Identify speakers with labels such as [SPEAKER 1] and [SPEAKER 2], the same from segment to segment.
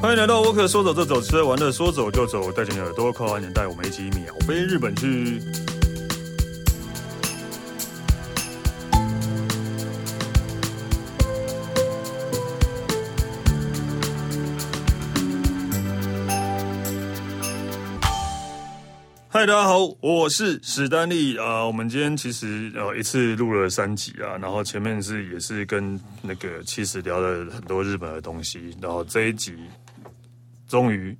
[SPEAKER 1] 欢迎来到沃克，说走就走，吃喝玩乐说走就走，带着你的耳朵扣好安全带，我们一起秒飞日本去。嗨，大家好，我是史丹利啊、呃我们今天其实呃一次录了三集啊，然后前面是也是跟那个七十聊了很多日本的东西，然后这一集终于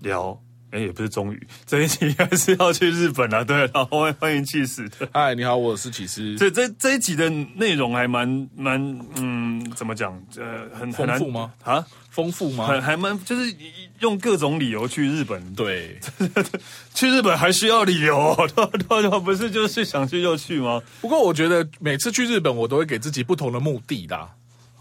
[SPEAKER 1] 聊，哎、也不是终于， 这一集还是要去日本了、啊，对， 然后欢欢迎气死的。
[SPEAKER 2] 嗨，你好，我是起司。
[SPEAKER 1] 这这这一集的内容还蛮蛮嗯，怎么讲？呃，很很难
[SPEAKER 2] 丰富吗？
[SPEAKER 1] 啊，
[SPEAKER 2] 丰富吗？
[SPEAKER 1] 很还蛮就是用各种理由去日本，
[SPEAKER 2] 对，
[SPEAKER 1] 去日本还需要理由、 哦，对吧对吧？不是就是想去就去吗？
[SPEAKER 2] 不过我觉得每次去日本，我都会给自己不同的目的啦。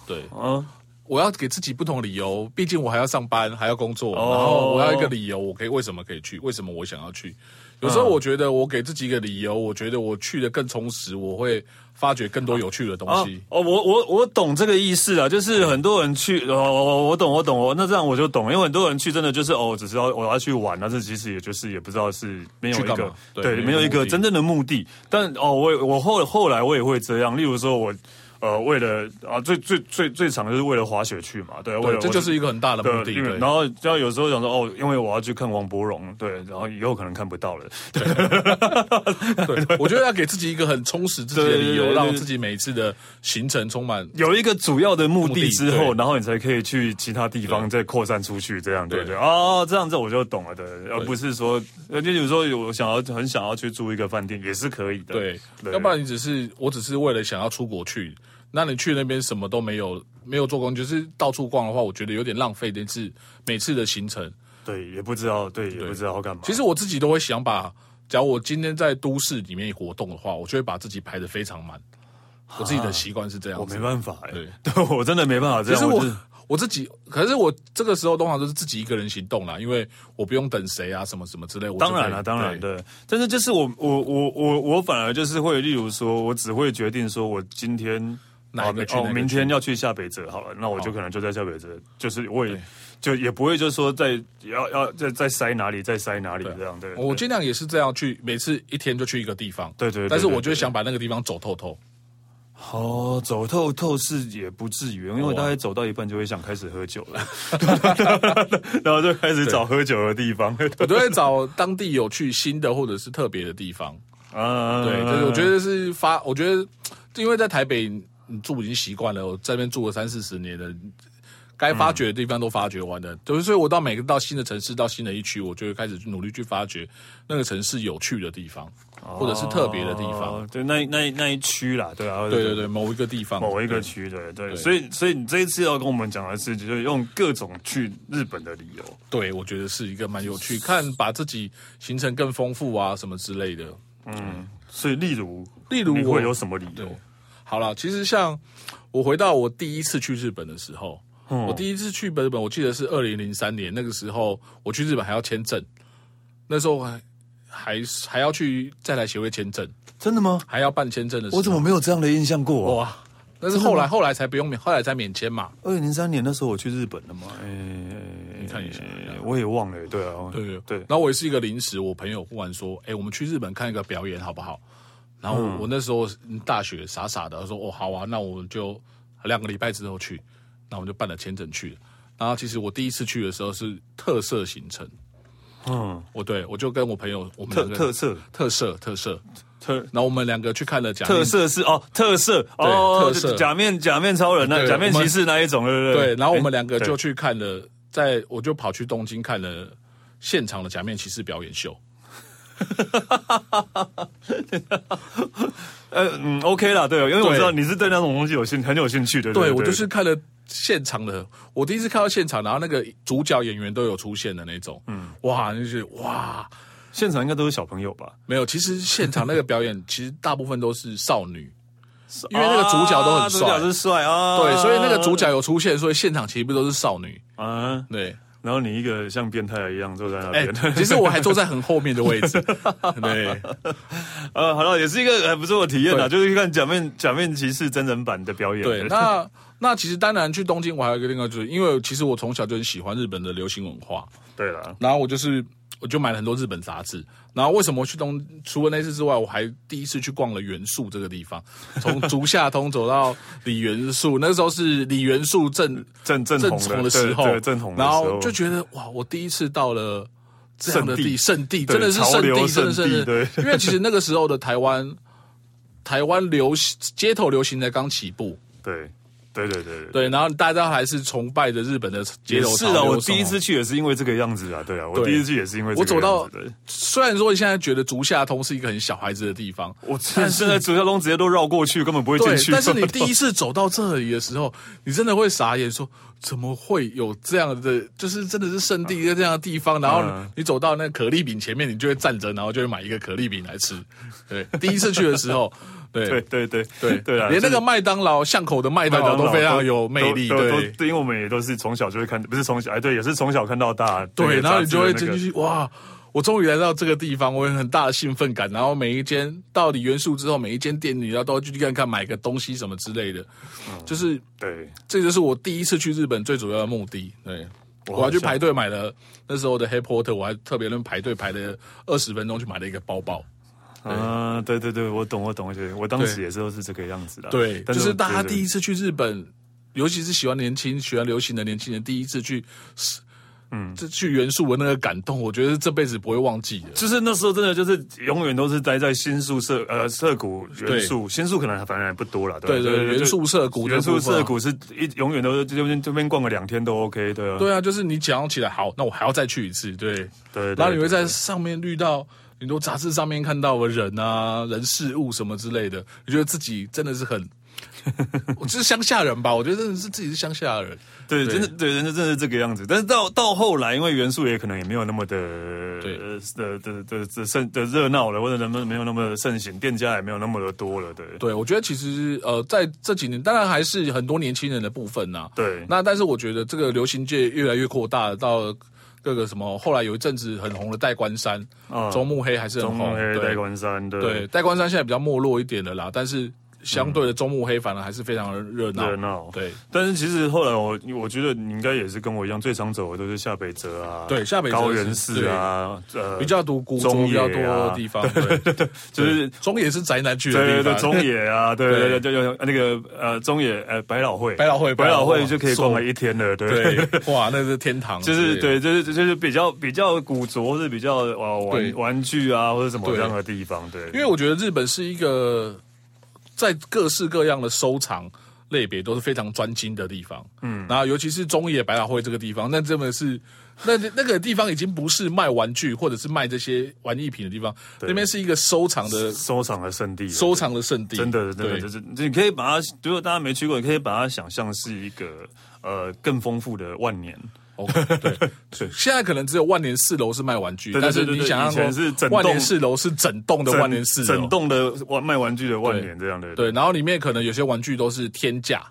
[SPEAKER 2] 对，
[SPEAKER 1] 啊，
[SPEAKER 2] 我要给自己不同的理由，毕竟我还要上班，还要工作，
[SPEAKER 1] 哦
[SPEAKER 2] 然后我要一个理由，我可以为什么可以去，为什么我想要去。有时候我觉得我给自己一个理由，我觉得我去的更充实，我会发掘更多有趣的东
[SPEAKER 1] 啊
[SPEAKER 2] 西。
[SPEAKER 1] 哦，我我我懂这个意思啊，就是很多人去，哦，我我懂我懂哦，那这样我就懂，因为很多人去真的就是哦，只是要我要去玩，但是其实也就是也不知道是没有一
[SPEAKER 2] 去干
[SPEAKER 1] 个
[SPEAKER 2] 嘛对没有
[SPEAKER 1] 没有一
[SPEAKER 2] 目
[SPEAKER 1] 个
[SPEAKER 2] 的
[SPEAKER 1] 真正的目的。但哦，我我后后来我也会这样，例如说我呃为了啊最最最最常就是为了滑雪去嘛，对，为
[SPEAKER 2] 对，
[SPEAKER 1] 了
[SPEAKER 2] 这
[SPEAKER 1] 我
[SPEAKER 2] 就是一个很大的目的。
[SPEAKER 1] 对，因为
[SPEAKER 2] 对
[SPEAKER 1] 然，后就有时候想说哦，因为我要去看王伯荣，对，然后以后可能看不到了，
[SPEAKER 2] 对，我觉得要给自己一个很充实自己的理
[SPEAKER 1] 对对对
[SPEAKER 2] 由，
[SPEAKER 1] 对
[SPEAKER 2] 让自己每一次的行程充满
[SPEAKER 1] 有一个主要的目
[SPEAKER 2] 目
[SPEAKER 1] 的
[SPEAKER 2] 的
[SPEAKER 1] 之后，
[SPEAKER 2] 对
[SPEAKER 1] 然后你才可以去其他地方再扩散出去，这样对
[SPEAKER 2] 对
[SPEAKER 1] 对哦，这样子我就懂了，对，而不是说，呃，就有时候有我想要很想要去住一个饭店也是可以的，
[SPEAKER 2] 对，要不然你只是我只是为了想要出国去，那你去那边什么都没有，没有做工，就是到处逛的话，我觉得有点浪费，但是每次的行程，
[SPEAKER 1] 对也不知道，对也不知道要干嘛。
[SPEAKER 2] 其实我自己都会想把，假如我今天在都市里面活动的话，我就会把自己排得非常满，我自己的习惯是这
[SPEAKER 1] 我
[SPEAKER 2] 样子
[SPEAKER 1] 没。办法、欸，
[SPEAKER 2] 对
[SPEAKER 1] 对，对 我真的没办法这样，
[SPEAKER 2] 可是
[SPEAKER 1] 我
[SPEAKER 2] 我
[SPEAKER 1] 就是
[SPEAKER 2] 我自己，可是我这个时候通常都是自己一个人行动啦，因为我不用等谁啊，什么什么之类。我就
[SPEAKER 1] 当然
[SPEAKER 2] 可以
[SPEAKER 1] 了，当然，对。但是就是我我我我我反而就是会，例如说，我只会决定说我今天
[SPEAKER 2] 哪一个去
[SPEAKER 1] 哦
[SPEAKER 2] 哪个
[SPEAKER 1] 明
[SPEAKER 2] 去
[SPEAKER 1] 天要去下北泽好了，那我就可能就在下北泽，就是我也
[SPEAKER 2] 对
[SPEAKER 1] 就也不会就说在要要再再塞哪里再塞哪里
[SPEAKER 2] 对啊
[SPEAKER 1] 这样对。
[SPEAKER 2] 我
[SPEAKER 1] 对
[SPEAKER 2] 尽量也是这样去，每次一天就去一个地方。
[SPEAKER 1] 对对对
[SPEAKER 2] 但是
[SPEAKER 1] 对
[SPEAKER 2] 我就
[SPEAKER 1] 对
[SPEAKER 2] 会想把那个地方走透透。
[SPEAKER 1] 哦，走透透是也不至于，因为我大概走到一半就会想开始喝酒 了，然后就开始找喝酒的地方。
[SPEAKER 2] 我都会找当地有去新的或者是特别的地方。
[SPEAKER 1] 啊，
[SPEAKER 2] 对，就是我觉得是发，我觉得因为在台北你住已经习惯了，我在那边住了三四十年了。该发掘的地方都发掘完了，就是所以，我到每个到新的城市，到新的一区，我就会开始努力去发掘那个城市有趣的地方，或者是特别的地方。
[SPEAKER 1] 哦，对，那那那一区啦，对啊，
[SPEAKER 2] 对对对，某一个地方，
[SPEAKER 1] 某一个区的，对，所以所以你这一次要跟我们讲的是，就是用各种去日本的理由。
[SPEAKER 2] 对，对我觉得是一个蛮有趣，看把自己行程更丰富啊，什么之类的。
[SPEAKER 1] 所以，例如，
[SPEAKER 2] 例如
[SPEAKER 1] 你
[SPEAKER 2] 我
[SPEAKER 1] 会有什么理由？
[SPEAKER 2] 好了，其实像我回到我第一次去日本的时候，
[SPEAKER 1] 嗯
[SPEAKER 2] 我第一次去日本，我记得是二零零三年，那个时候我去日本还要签证，那时候我还还还要去再来协会签证，
[SPEAKER 1] 真的吗？
[SPEAKER 2] 还要办签证的时候，
[SPEAKER 1] 我怎么没有这样的印象过、啊？
[SPEAKER 2] 啊哇？但是后来后来才不用免，后来才免签嘛。
[SPEAKER 1] 二零零三年那时候我去日本了嘛，哎、
[SPEAKER 2] 你看一下，
[SPEAKER 1] 我也忘了，对啊，
[SPEAKER 2] 对
[SPEAKER 1] 对
[SPEAKER 2] 然，后我也是一个临时，我朋友忽然说：“哎，我们去日本看一个表演好不好？”然后我,、
[SPEAKER 1] 嗯
[SPEAKER 2] 那时候嗯大学傻傻的，我说：“哦，好啊，那我们就两个礼拜之后去。”那我们就办了签证去了。然后其实我第一次去的时候是特色行程，
[SPEAKER 1] 嗯，
[SPEAKER 2] 我对我就跟我朋友我们
[SPEAKER 1] 特
[SPEAKER 2] 两个
[SPEAKER 1] 特色
[SPEAKER 2] 特色特色，
[SPEAKER 1] 特。
[SPEAKER 2] 然后我们两个去看了假面
[SPEAKER 1] 特色是哦，特色哦，
[SPEAKER 2] 特色
[SPEAKER 1] 就假面假面超人那
[SPEAKER 2] 对
[SPEAKER 1] 假面
[SPEAKER 2] 我
[SPEAKER 1] 骑
[SPEAKER 2] 们
[SPEAKER 1] 士那一种，对不对？
[SPEAKER 2] 对，然后我们两个
[SPEAKER 1] 对
[SPEAKER 2] 就去看了，在我就跑去东京看了现场的假面骑士表演秀。
[SPEAKER 1] 呃嗯，OK 啦，对，因为我
[SPEAKER 2] 对
[SPEAKER 1] 知道你是对那种东西有兴很有兴趣的，
[SPEAKER 2] 对我就是看了现场的，我第一次看到现场，然后那个主角演员都有出现的那种，嗯，哇，就是哇，
[SPEAKER 1] 现场应该都是小朋友吧，
[SPEAKER 2] 没有，其实现场那个表演 其实大部分都是少女，因为那个主角都很
[SPEAKER 1] 啊主
[SPEAKER 2] 帅
[SPEAKER 1] 角是帅啊，
[SPEAKER 2] 对，所以那个主角有出现，所以现场其实不都是少女，
[SPEAKER 1] 啊，
[SPEAKER 2] 对，
[SPEAKER 1] 然后你一个像变态一样坐在那
[SPEAKER 2] 哎、
[SPEAKER 1] 边，
[SPEAKER 2] 其实我还坐在很后面的位置，对，
[SPEAKER 1] 呃，好了，也是一个很不错的体验啦，
[SPEAKER 2] 对
[SPEAKER 1] 就是看假面假面骑士真人版的表演，
[SPEAKER 2] 对，那那其实当然去东京，我还有一个另外就是，因为其实我从小就很喜欢日本的流行文化，
[SPEAKER 1] 对了，
[SPEAKER 2] 然后我就是我就买了很多日本杂志。然后为什么去东？除了那次之外，我还第一次去逛了元素这个地方， 从竹下通走到李元素，那时候是李元素正
[SPEAKER 1] 正正
[SPEAKER 2] 正
[SPEAKER 1] 红
[SPEAKER 2] 红
[SPEAKER 1] 的
[SPEAKER 2] 的时候，
[SPEAKER 1] 对对正红的时
[SPEAKER 2] 然
[SPEAKER 1] 候，
[SPEAKER 2] 后就觉得哇，我第一次到了这样的地圣地，
[SPEAKER 1] 对
[SPEAKER 2] 真的是圣
[SPEAKER 1] 潮流
[SPEAKER 2] 地，
[SPEAKER 1] 圣
[SPEAKER 2] 真
[SPEAKER 1] 地
[SPEAKER 2] 的是
[SPEAKER 1] 对
[SPEAKER 2] 因为其实那个时候的台湾，台湾流行街头流行才刚起步，
[SPEAKER 1] 对对对对对。
[SPEAKER 2] 对，然后大家还是崇拜着日本的街
[SPEAKER 1] 也
[SPEAKER 2] 头
[SPEAKER 1] 是
[SPEAKER 2] 潮
[SPEAKER 1] 啊，
[SPEAKER 2] 流
[SPEAKER 1] 我
[SPEAKER 2] 什么
[SPEAKER 1] 第一次去也是因为这个样子啊，对啊，我
[SPEAKER 2] 对
[SPEAKER 1] 第一次去也是因为这
[SPEAKER 2] 我
[SPEAKER 1] 个
[SPEAKER 2] 走到
[SPEAKER 1] 样子对
[SPEAKER 2] 虽然说现在觉得竹下通是一个很小孩子的地方，
[SPEAKER 1] 我现现在主角龙直接都绕过去，根本不会进
[SPEAKER 2] 对，
[SPEAKER 1] 去。
[SPEAKER 2] 但是你第一次走到这里的时候，你真的会傻眼说，怎么会有这样的，就是真的是圣地在这样的地方，然后
[SPEAKER 1] 嗯
[SPEAKER 2] 你走到那个可丽饼前面，你就会站着，然后就会买一个可丽饼来吃。对，第一次去的时候，对
[SPEAKER 1] 对对对
[SPEAKER 2] 对
[SPEAKER 1] 对啊，
[SPEAKER 2] 连
[SPEAKER 1] 就
[SPEAKER 2] 那
[SPEAKER 1] 是
[SPEAKER 2] 个麦当劳巷口的 麦
[SPEAKER 1] 麦
[SPEAKER 2] 当
[SPEAKER 1] 当
[SPEAKER 2] 劳
[SPEAKER 1] 劳
[SPEAKER 2] 都非常有魅力，
[SPEAKER 1] 哦都都
[SPEAKER 2] 对
[SPEAKER 1] 都对，因为我们也都是从小就会看，不是从小哎，对，也是从小看到大。这
[SPEAKER 2] 对，
[SPEAKER 1] 个
[SPEAKER 2] 然后你
[SPEAKER 1] 杂志
[SPEAKER 2] 就会
[SPEAKER 1] 的那
[SPEAKER 2] 进
[SPEAKER 1] 个
[SPEAKER 2] 去，哇！我终于来到这个地方，我有很大的兴奋感。然后每一间到李元素之后，每一间店你要都要去看看，买个东西什么之类的，
[SPEAKER 1] 嗯
[SPEAKER 2] 就是
[SPEAKER 1] 对，
[SPEAKER 2] 这就是我第一次去日本最主要的目的。对，我还去排队买了那时候的 Harry Potter，我还特别能排队排了二十分钟去买了一个包包。
[SPEAKER 1] 啊，对对对，我懂我懂，我觉得我当时
[SPEAKER 2] 对
[SPEAKER 1] 也是都是这个样子的。
[SPEAKER 2] 对，
[SPEAKER 1] 啊但
[SPEAKER 2] 就是是
[SPEAKER 1] 我
[SPEAKER 2] 大家
[SPEAKER 1] 觉得
[SPEAKER 2] 第一次去日本，尤其是喜欢年轻、喜欢流行的年轻人，第一次去，嗯，这去元素的那个感动，我觉得是这辈子不会忘记的。
[SPEAKER 1] 就是那时候真的就是永远都是待在新宿社呃社谷元素，新宿可能反正还不多了，
[SPEAKER 2] 对
[SPEAKER 1] 吧
[SPEAKER 2] 对，
[SPEAKER 1] 就
[SPEAKER 2] 元素社谷这
[SPEAKER 1] 元
[SPEAKER 2] 部分啊，
[SPEAKER 1] 素社谷是一永远都是这边这边逛个两天都 OK 的。
[SPEAKER 2] 对啊，就是你讲起来好，那我还要再去一次，对。
[SPEAKER 1] 对，对
[SPEAKER 2] 然后你会
[SPEAKER 1] 对
[SPEAKER 2] 在上面遇到很多杂志上面看到的人啊、人事物什么之类的，你觉得自己真的是很， 我就是乡下人吧，我觉得真的是自己是乡下人，
[SPEAKER 1] 对，
[SPEAKER 2] 对
[SPEAKER 1] 真的对，真的真的是这个样子。但是到到后来，因为元素也可能也没有那么的
[SPEAKER 2] 对
[SPEAKER 1] 呃的的的的盛的热闹了，或者人们没有那么盛行，店家也没有那么的多了，对
[SPEAKER 2] 对，我觉得其实呃，在这几年，当然还是很多年轻人的部分呐、
[SPEAKER 1] 对
[SPEAKER 2] 那但是我觉得这个流行界越来越扩大到。各个什么，后来有一阵子很红的戴冠山，
[SPEAKER 1] 啊
[SPEAKER 2] 周慕黑还是很
[SPEAKER 1] 中
[SPEAKER 2] 红，
[SPEAKER 1] 黑
[SPEAKER 2] 哦对
[SPEAKER 1] 戴冠山，
[SPEAKER 2] 对，
[SPEAKER 1] 对
[SPEAKER 2] 戴冠山现在比较没落一点了啦，但是相对的中目黑反而还是非常的热闹。
[SPEAKER 1] 热闹。
[SPEAKER 2] 对
[SPEAKER 1] 但是其实后来我我觉得你应该也是跟我一样，最常走的都是下北泽啊，
[SPEAKER 2] 对下北泽
[SPEAKER 1] 高原寺啊，呃，
[SPEAKER 2] 比较独孤
[SPEAKER 1] 中
[SPEAKER 2] 中比较
[SPEAKER 1] 野
[SPEAKER 2] 多
[SPEAKER 1] 啊
[SPEAKER 2] 的地方，对 对对，
[SPEAKER 1] 就是
[SPEAKER 2] 中野是宅男去的
[SPEAKER 1] 对对
[SPEAKER 2] 地
[SPEAKER 1] 对，
[SPEAKER 2] 方，
[SPEAKER 1] 中野 啊，对对对
[SPEAKER 2] 对
[SPEAKER 1] 对对，那个呃中野呃百老汇，
[SPEAKER 2] 百老汇
[SPEAKER 1] 百老
[SPEAKER 2] 百老
[SPEAKER 1] 汇
[SPEAKER 2] 汇
[SPEAKER 1] 就可以逛了一天了，对。
[SPEAKER 2] 对，哇，那是天堂，
[SPEAKER 1] 就是，对，就是就是比较比较古着，或者比较呃
[SPEAKER 2] 对
[SPEAKER 1] 玩玩具啊，或者什么
[SPEAKER 2] 对
[SPEAKER 1] 这样的地方，对，
[SPEAKER 2] 因为我觉得日本是一个在各式各样的收藏类别都是非常专精的地方，嗯，然后尤其是中野百老汇这个地方，那真的是。那那个地方已经不是卖玩具或者是卖这些玩艺品的地方，那边是一个收藏的
[SPEAKER 1] 收藏的圣地，
[SPEAKER 2] 收藏的圣地，
[SPEAKER 1] 真的真的
[SPEAKER 2] 对
[SPEAKER 1] 就是你可以把它，如果大家没去过，你可以把它想象是一个呃更丰富的万年，
[SPEAKER 2] OK，对
[SPEAKER 1] 对
[SPEAKER 2] 现在可能只有万年四楼是卖玩具，
[SPEAKER 1] 对对
[SPEAKER 2] 但是
[SPEAKER 1] 对对
[SPEAKER 2] 你想
[SPEAKER 1] 以
[SPEAKER 2] 象
[SPEAKER 1] 前是整
[SPEAKER 2] 中
[SPEAKER 1] 栋
[SPEAKER 2] 万年四楼是整栋的万年四楼，
[SPEAKER 1] 整栋的玩卖玩具的万年这样的，
[SPEAKER 2] 对，然后里面可能有些玩具都是天价。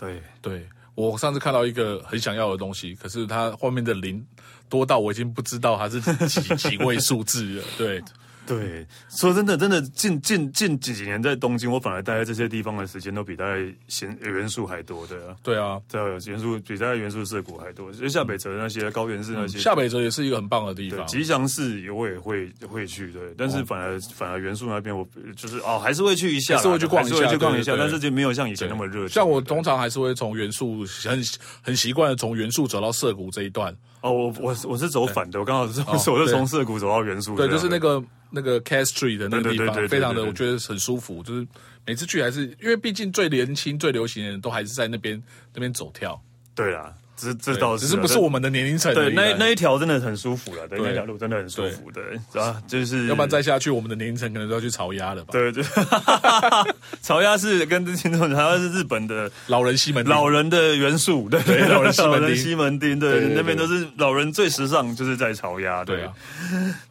[SPEAKER 1] 对，
[SPEAKER 2] 对我上次看到一个很想要的东西，可是它后面的零多到我已经不知道它是几几位数 字了。对，
[SPEAKER 1] 对，说真的，真的近近近几年在东京，我反而待在这些地方的时间都比待在闲元素还多的、啊。
[SPEAKER 2] 对啊，
[SPEAKER 1] 对，元素比待在元素涩谷还多，就下北泽那些、高原寺那些、
[SPEAKER 2] 嗯下北泽也是一个很棒的地
[SPEAKER 1] 对
[SPEAKER 2] 方。
[SPEAKER 1] 吉祥寺，我也会会去，对。但是反而、反而元素那边，我就是哦，还是会去一下啦，
[SPEAKER 2] 哦还是会去逛一下
[SPEAKER 1] 还是会去逛一
[SPEAKER 2] 对
[SPEAKER 1] 下，
[SPEAKER 2] 对对
[SPEAKER 1] 但是就没有像以前那么热情。
[SPEAKER 2] 像我
[SPEAKER 1] 对
[SPEAKER 2] 通常还是会从元素很很习惯的从元素走到涩谷这一段，
[SPEAKER 1] 哦，我我我是走反的，我刚好是从、我是从涩谷走到元素这
[SPEAKER 2] 哦对，
[SPEAKER 1] 样，
[SPEAKER 2] 就是那个那个 Cass Street 的那个
[SPEAKER 1] 对对
[SPEAKER 2] 地
[SPEAKER 1] 对对对
[SPEAKER 2] 方，非常的
[SPEAKER 1] 对对
[SPEAKER 2] 我觉得很舒服。就是每次去还是因为毕竟最年轻、最流行的人都还是在那边那边走跳，
[SPEAKER 1] 对啦，这这倒是
[SPEAKER 2] 只
[SPEAKER 1] 啊，
[SPEAKER 2] 是不是
[SPEAKER 1] 但
[SPEAKER 2] 我们的年龄层而
[SPEAKER 1] 对，
[SPEAKER 2] 已啊
[SPEAKER 1] 那
[SPEAKER 2] 啦
[SPEAKER 1] 那一条真的很舒服了，对，
[SPEAKER 2] 对
[SPEAKER 1] 那条路真的很舒服，对，啊，就是
[SPEAKER 2] 要不然再下去，我们的年龄层可能都要去潮鸭了吧？
[SPEAKER 1] 对 对，草鸭是跟听众，草鸭是日本的
[SPEAKER 2] 老人西门町
[SPEAKER 1] 老人的元素，对，
[SPEAKER 2] 老人西门町
[SPEAKER 1] 西门町，对，
[SPEAKER 2] 对对对
[SPEAKER 1] 那边都是老人最时尚，就是在草鸭，
[SPEAKER 2] 对
[SPEAKER 1] 对
[SPEAKER 2] 啊，，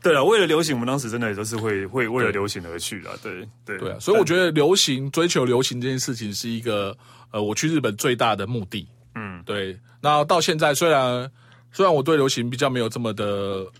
[SPEAKER 1] 对啊，为了流行，我们当时真的也都是会会为了流行而去啦，对对
[SPEAKER 2] 对啊，所以我觉得流行追求流行这件事情是一个呃，我去日本最大的目的。嗯，对。那到现在虽然虽然我对流行比较没有这么的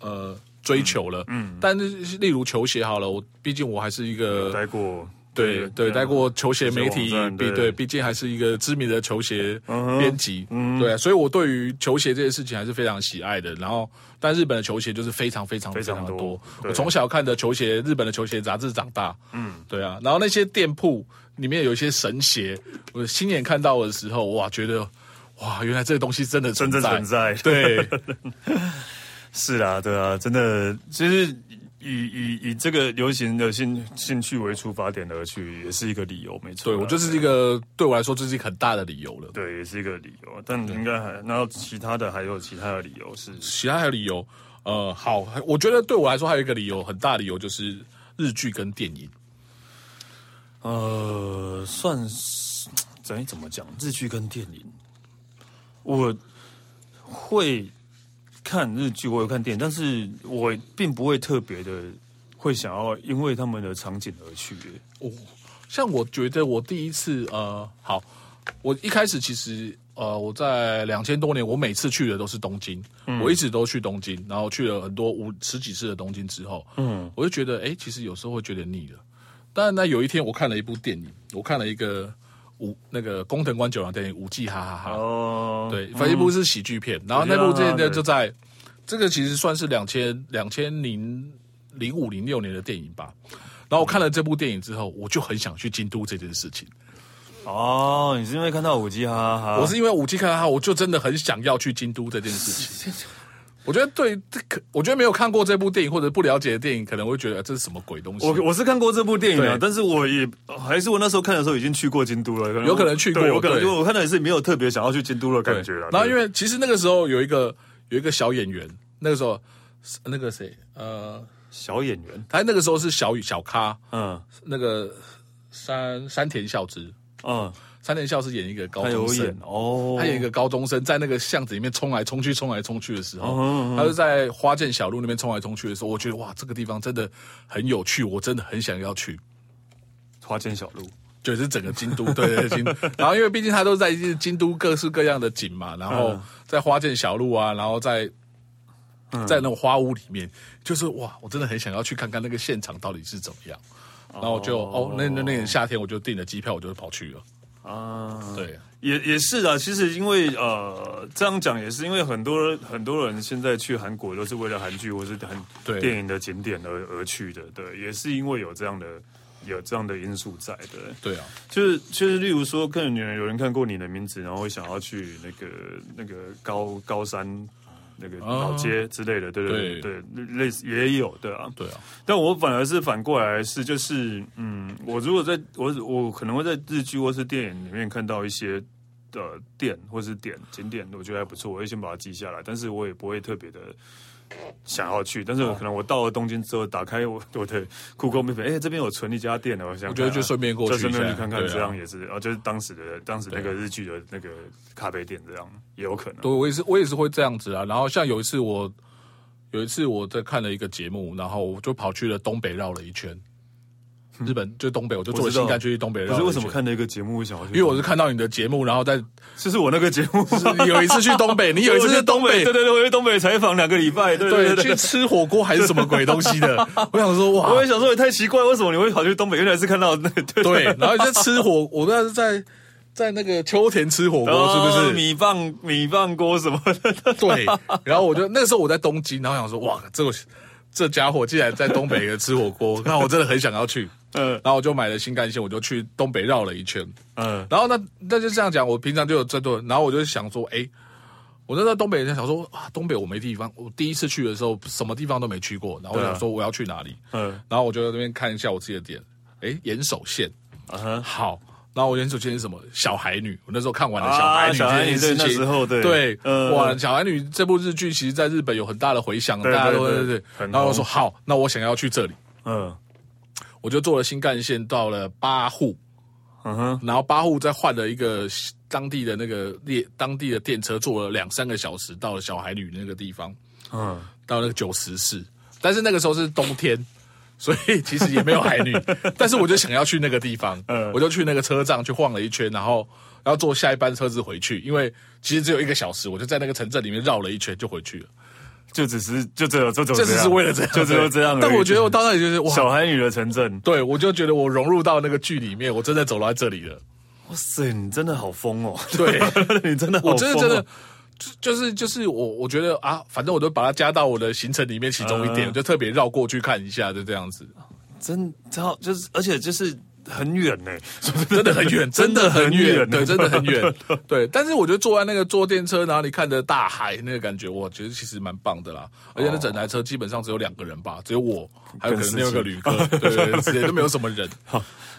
[SPEAKER 1] 嗯
[SPEAKER 2] 呃追求了，嗯，但是例如球鞋好了，我毕竟我还是一个
[SPEAKER 1] 待过啊
[SPEAKER 2] 对对，待过球鞋媒体
[SPEAKER 1] 球鞋网站，
[SPEAKER 2] 毕
[SPEAKER 1] 对嗯
[SPEAKER 2] 对，毕竟还是一个知名的球鞋编辑，对啊，所以我对于球鞋这件事情还是非常喜爱的。然后，但日本的球鞋就是非常非常非
[SPEAKER 1] 非常
[SPEAKER 2] 常的
[SPEAKER 1] 多
[SPEAKER 2] 多，
[SPEAKER 1] 对
[SPEAKER 2] 我从小看的球鞋，日本的球鞋杂志长大，嗯，对啊，然后那些店铺里面有一些神鞋，我亲眼看到的时候，哇，觉得哇，原来这个东西真的
[SPEAKER 1] 真正存在，
[SPEAKER 2] 对
[SPEAKER 1] 是啦，对啊，真的，其实以以以这个流行的兴兴趣为出发点而去，也是一个理由，没错
[SPEAKER 2] 对，
[SPEAKER 1] 啦。
[SPEAKER 2] 我就是一个对我来说这是一个很大的理由了。
[SPEAKER 1] 对，也是一个理由，但应该还，然后其他的还有其他的理由是，
[SPEAKER 2] 其他还有理由。呃，好，还我觉得对我来说还有一个理由，很大的理由就是日剧跟电影。
[SPEAKER 1] 呃，算是怎怎么讲，日剧跟电影，我会看日剧，我有看电影，但是我并不会特别的会想要因为他们的场景而去。
[SPEAKER 2] 哦，像我觉得我第一次呃，好，我一开始其实呃，我在两千多年，我每次去的都是东京，我一直都去东京，然后去了很多五十几次的东京之后，嗯，我就觉得哎、诶其实有时候会觉得腻了。但那有一天我看了一部电影，我看了一个五那个工藤官九郎电影《五 G 哈哈哈》，
[SPEAKER 1] 哦，
[SPEAKER 2] 对，反正一部是喜剧片，然后那部之前呢就在这个其实算是两千两千零零五零六年的电影吧。然后我看了这部电影之后，我就很想去京都这件事情。
[SPEAKER 1] 哦，你是因为看到五 G 哈哈，
[SPEAKER 2] 我是因为五 G 看到它，我就真的很想要去京都这件事情。 我觉得对，这可我觉得没有看过这部电影或者不了解的电影，可能会觉得呃这是什么鬼东西。
[SPEAKER 1] 我我是看过这部电影啊
[SPEAKER 2] 对，
[SPEAKER 1] 但是我也还是我那时候看的时候已经去过京都了，可能
[SPEAKER 2] 有可能去过
[SPEAKER 1] 对有可能
[SPEAKER 2] 对
[SPEAKER 1] 因为我看的也是没有特别想要去京都的
[SPEAKER 2] 对
[SPEAKER 1] 感觉了。
[SPEAKER 2] 然后
[SPEAKER 1] 对
[SPEAKER 2] 因为其实那个时候有一个有一个小演员，那个时候是那个谁呃，
[SPEAKER 1] 小演员，
[SPEAKER 2] 他那个时候是小小咖，
[SPEAKER 1] 嗯
[SPEAKER 2] 那个山山田孝之，
[SPEAKER 1] 嗯，
[SPEAKER 2] 山田孝之演一个高
[SPEAKER 1] 他
[SPEAKER 2] 中
[SPEAKER 1] 有演
[SPEAKER 2] 生，
[SPEAKER 1] 哦，
[SPEAKER 2] 他演一个高中生在那个巷子里面冲来冲去、冲来冲去的时候，
[SPEAKER 1] 哦
[SPEAKER 2] 他就在花见小路那边冲来冲去的时候，我觉得哇，这个地方真的很有趣，我真的很想要去。
[SPEAKER 1] 花间小路，
[SPEAKER 2] 就是整个京都，对对对京都。然后因为毕竟他都在京都各式各样的景
[SPEAKER 1] 嗯
[SPEAKER 2] 嘛，然后在花见小路啊，然后在
[SPEAKER 1] 嗯
[SPEAKER 2] 在那种花屋里面，就是哇，我真的很想要去看看那个现场到底是怎么样。然后我就哦，那那那年夏天我就订了机票，我就跑去了。
[SPEAKER 1] 啊，
[SPEAKER 2] 对，
[SPEAKER 1] 也也是啊。其实因为呃，这样讲也是因为很多很多人现在去韩国都是为了韩剧或是
[SPEAKER 2] 对
[SPEAKER 1] 很电影的景点而而去的，对，也是因为有这样的有这样的因素在的。
[SPEAKER 2] 对啊，
[SPEAKER 1] 就是就是，例如说，可能有人有人看过你的名字，然后会想要去那个那个高高山那个老街之类的，对哦对
[SPEAKER 2] 对
[SPEAKER 1] 对对，类似也有对啊。
[SPEAKER 2] 对啊，
[SPEAKER 1] 但我反而是反过来是，就是嗯，我如果在我我可能会在日剧或是电影里面看到一些呃店或是点景点，我觉得还不错，我会先把它记下来，但是我也不会特别的。想要去，但是
[SPEAKER 2] 哦
[SPEAKER 1] 我可能我到了东京之后，打开我 我的 Google Map，哎、这边有存一家店啊的，我想
[SPEAKER 2] 我觉得
[SPEAKER 1] 看
[SPEAKER 2] 就
[SPEAKER 1] 看
[SPEAKER 2] 顺便过去
[SPEAKER 1] 就
[SPEAKER 2] 一下，
[SPEAKER 1] 顺便去看看，
[SPEAKER 2] 对啊啊
[SPEAKER 1] 这样也是，啊，就是当时的当时那个日剧的那个咖啡店，这样也有可能。
[SPEAKER 2] 对，我也是，我也是会这样子啊。然后像有一次我，有一次我在看了一个节目，然后我就跑去了东北绕了一圈，日本就东北，我就
[SPEAKER 1] 嗯
[SPEAKER 2] 坐
[SPEAKER 1] 我
[SPEAKER 2] 了
[SPEAKER 1] 知道
[SPEAKER 2] 新干去东北绕
[SPEAKER 1] 可
[SPEAKER 2] 了一
[SPEAKER 1] 是
[SPEAKER 2] 圈。
[SPEAKER 1] 为什么看那个节目会想要去？
[SPEAKER 2] 因为我是看到你的节目，然后在
[SPEAKER 1] 就是我那个节目，
[SPEAKER 2] 有一次去东北，你有一次去东北
[SPEAKER 1] 对，对对，我去东北采访两个礼拜，对对
[SPEAKER 2] 对，
[SPEAKER 1] 对
[SPEAKER 2] 去
[SPEAKER 1] 对。
[SPEAKER 2] 吃火锅还是什么鬼东西 的，我想说哇，
[SPEAKER 1] 我也想说也太奇怪，为什么你会跑去东北？原来是看到 那个对
[SPEAKER 2] 对，然后在吃火，我那是在在那个秋田吃火锅，是
[SPEAKER 1] 哦
[SPEAKER 2] 不是？
[SPEAKER 1] 米棒米棒锅什么的？
[SPEAKER 2] 对，然后我就那时候我在东京，然后想说哇，这个这家伙竟然在东北吃火锅，那我真的很想要去。
[SPEAKER 1] 嗯
[SPEAKER 2] 然后我就买了新干线，我就去东北绕了一圈。
[SPEAKER 1] 嗯，
[SPEAKER 2] 然后那那就这样讲，我平常就有这顿，然后我就想说，哎，我那在东北，人想说啊，东北我没地方，我第一次去的时候什么地方都没去过，然后我
[SPEAKER 1] 对啊
[SPEAKER 2] 想说我要去哪里，
[SPEAKER 1] 嗯
[SPEAKER 2] 然后我就在那边看一下我自己的点，哎，岩手县，
[SPEAKER 1] 啊哈，
[SPEAKER 2] 好，然后我岩手县是什么？小孩女，我那时候看完了
[SPEAKER 1] 啊
[SPEAKER 2] 小孩女
[SPEAKER 1] 小
[SPEAKER 2] 这
[SPEAKER 1] 孩
[SPEAKER 2] 件
[SPEAKER 1] 女
[SPEAKER 2] 事情，
[SPEAKER 1] 对那时候对
[SPEAKER 2] 对，
[SPEAKER 1] 嗯
[SPEAKER 2] 哇，小孩女这部日剧其实在日本有很大的回响，
[SPEAKER 1] 对
[SPEAKER 2] 大家
[SPEAKER 1] 对
[SPEAKER 2] 都
[SPEAKER 1] 对
[SPEAKER 2] 对
[SPEAKER 1] 很
[SPEAKER 2] 然后我
[SPEAKER 1] 红
[SPEAKER 2] 说好，那我想要去这里，
[SPEAKER 1] 嗯
[SPEAKER 2] 我就坐了新干线到了八户。
[SPEAKER 1] 嗯哼，
[SPEAKER 2] 然后八户再换了一个当地的那个列当地的电车，坐了两三个小时到了小海女那个地方，
[SPEAKER 1] 嗯，
[SPEAKER 2] 到那个九十市。但是那个时候是冬天，所以其实也没有海 女。但是我就想要去那个地方，
[SPEAKER 1] 嗯
[SPEAKER 2] 我就去那个车站去晃了一圈，然后要坐下一班车子回去，因为其实只有一个小时，我就在那个城镇里面绕了一圈就回去了。
[SPEAKER 1] 就只是就只有就只有
[SPEAKER 2] 这只是为了这样，
[SPEAKER 1] 就只有这样而已。
[SPEAKER 2] 但我觉得我到那里就是
[SPEAKER 1] 小
[SPEAKER 2] 哇，
[SPEAKER 1] 韩语的城镇，
[SPEAKER 2] 对我就觉得我融入到那个剧里面，我真的走到这里了。
[SPEAKER 1] 哇塞，你真的好疯哦！
[SPEAKER 2] 对，
[SPEAKER 1] 你真的好疯哦
[SPEAKER 2] 我真的真的。就就是就是我我觉得啊，反正我都把它加到我的行程里面其中一点，
[SPEAKER 1] 嗯
[SPEAKER 2] 我就特别绕过去看一下，就这样子，
[SPEAKER 1] 真超就是，而且就是很远 呢，
[SPEAKER 2] 真的很远，真的很远，
[SPEAKER 1] 远
[SPEAKER 2] 对，真的很远，对。但是我觉得坐在那个坐电车，然后你看着大海那个感觉，我觉得其实蛮棒的啦。而且那整台车基本上只有两个人吧，只有我，还有可
[SPEAKER 1] 跟司
[SPEAKER 2] 能
[SPEAKER 1] 机
[SPEAKER 2] 另外一个旅客，对对对，也都没有什么人。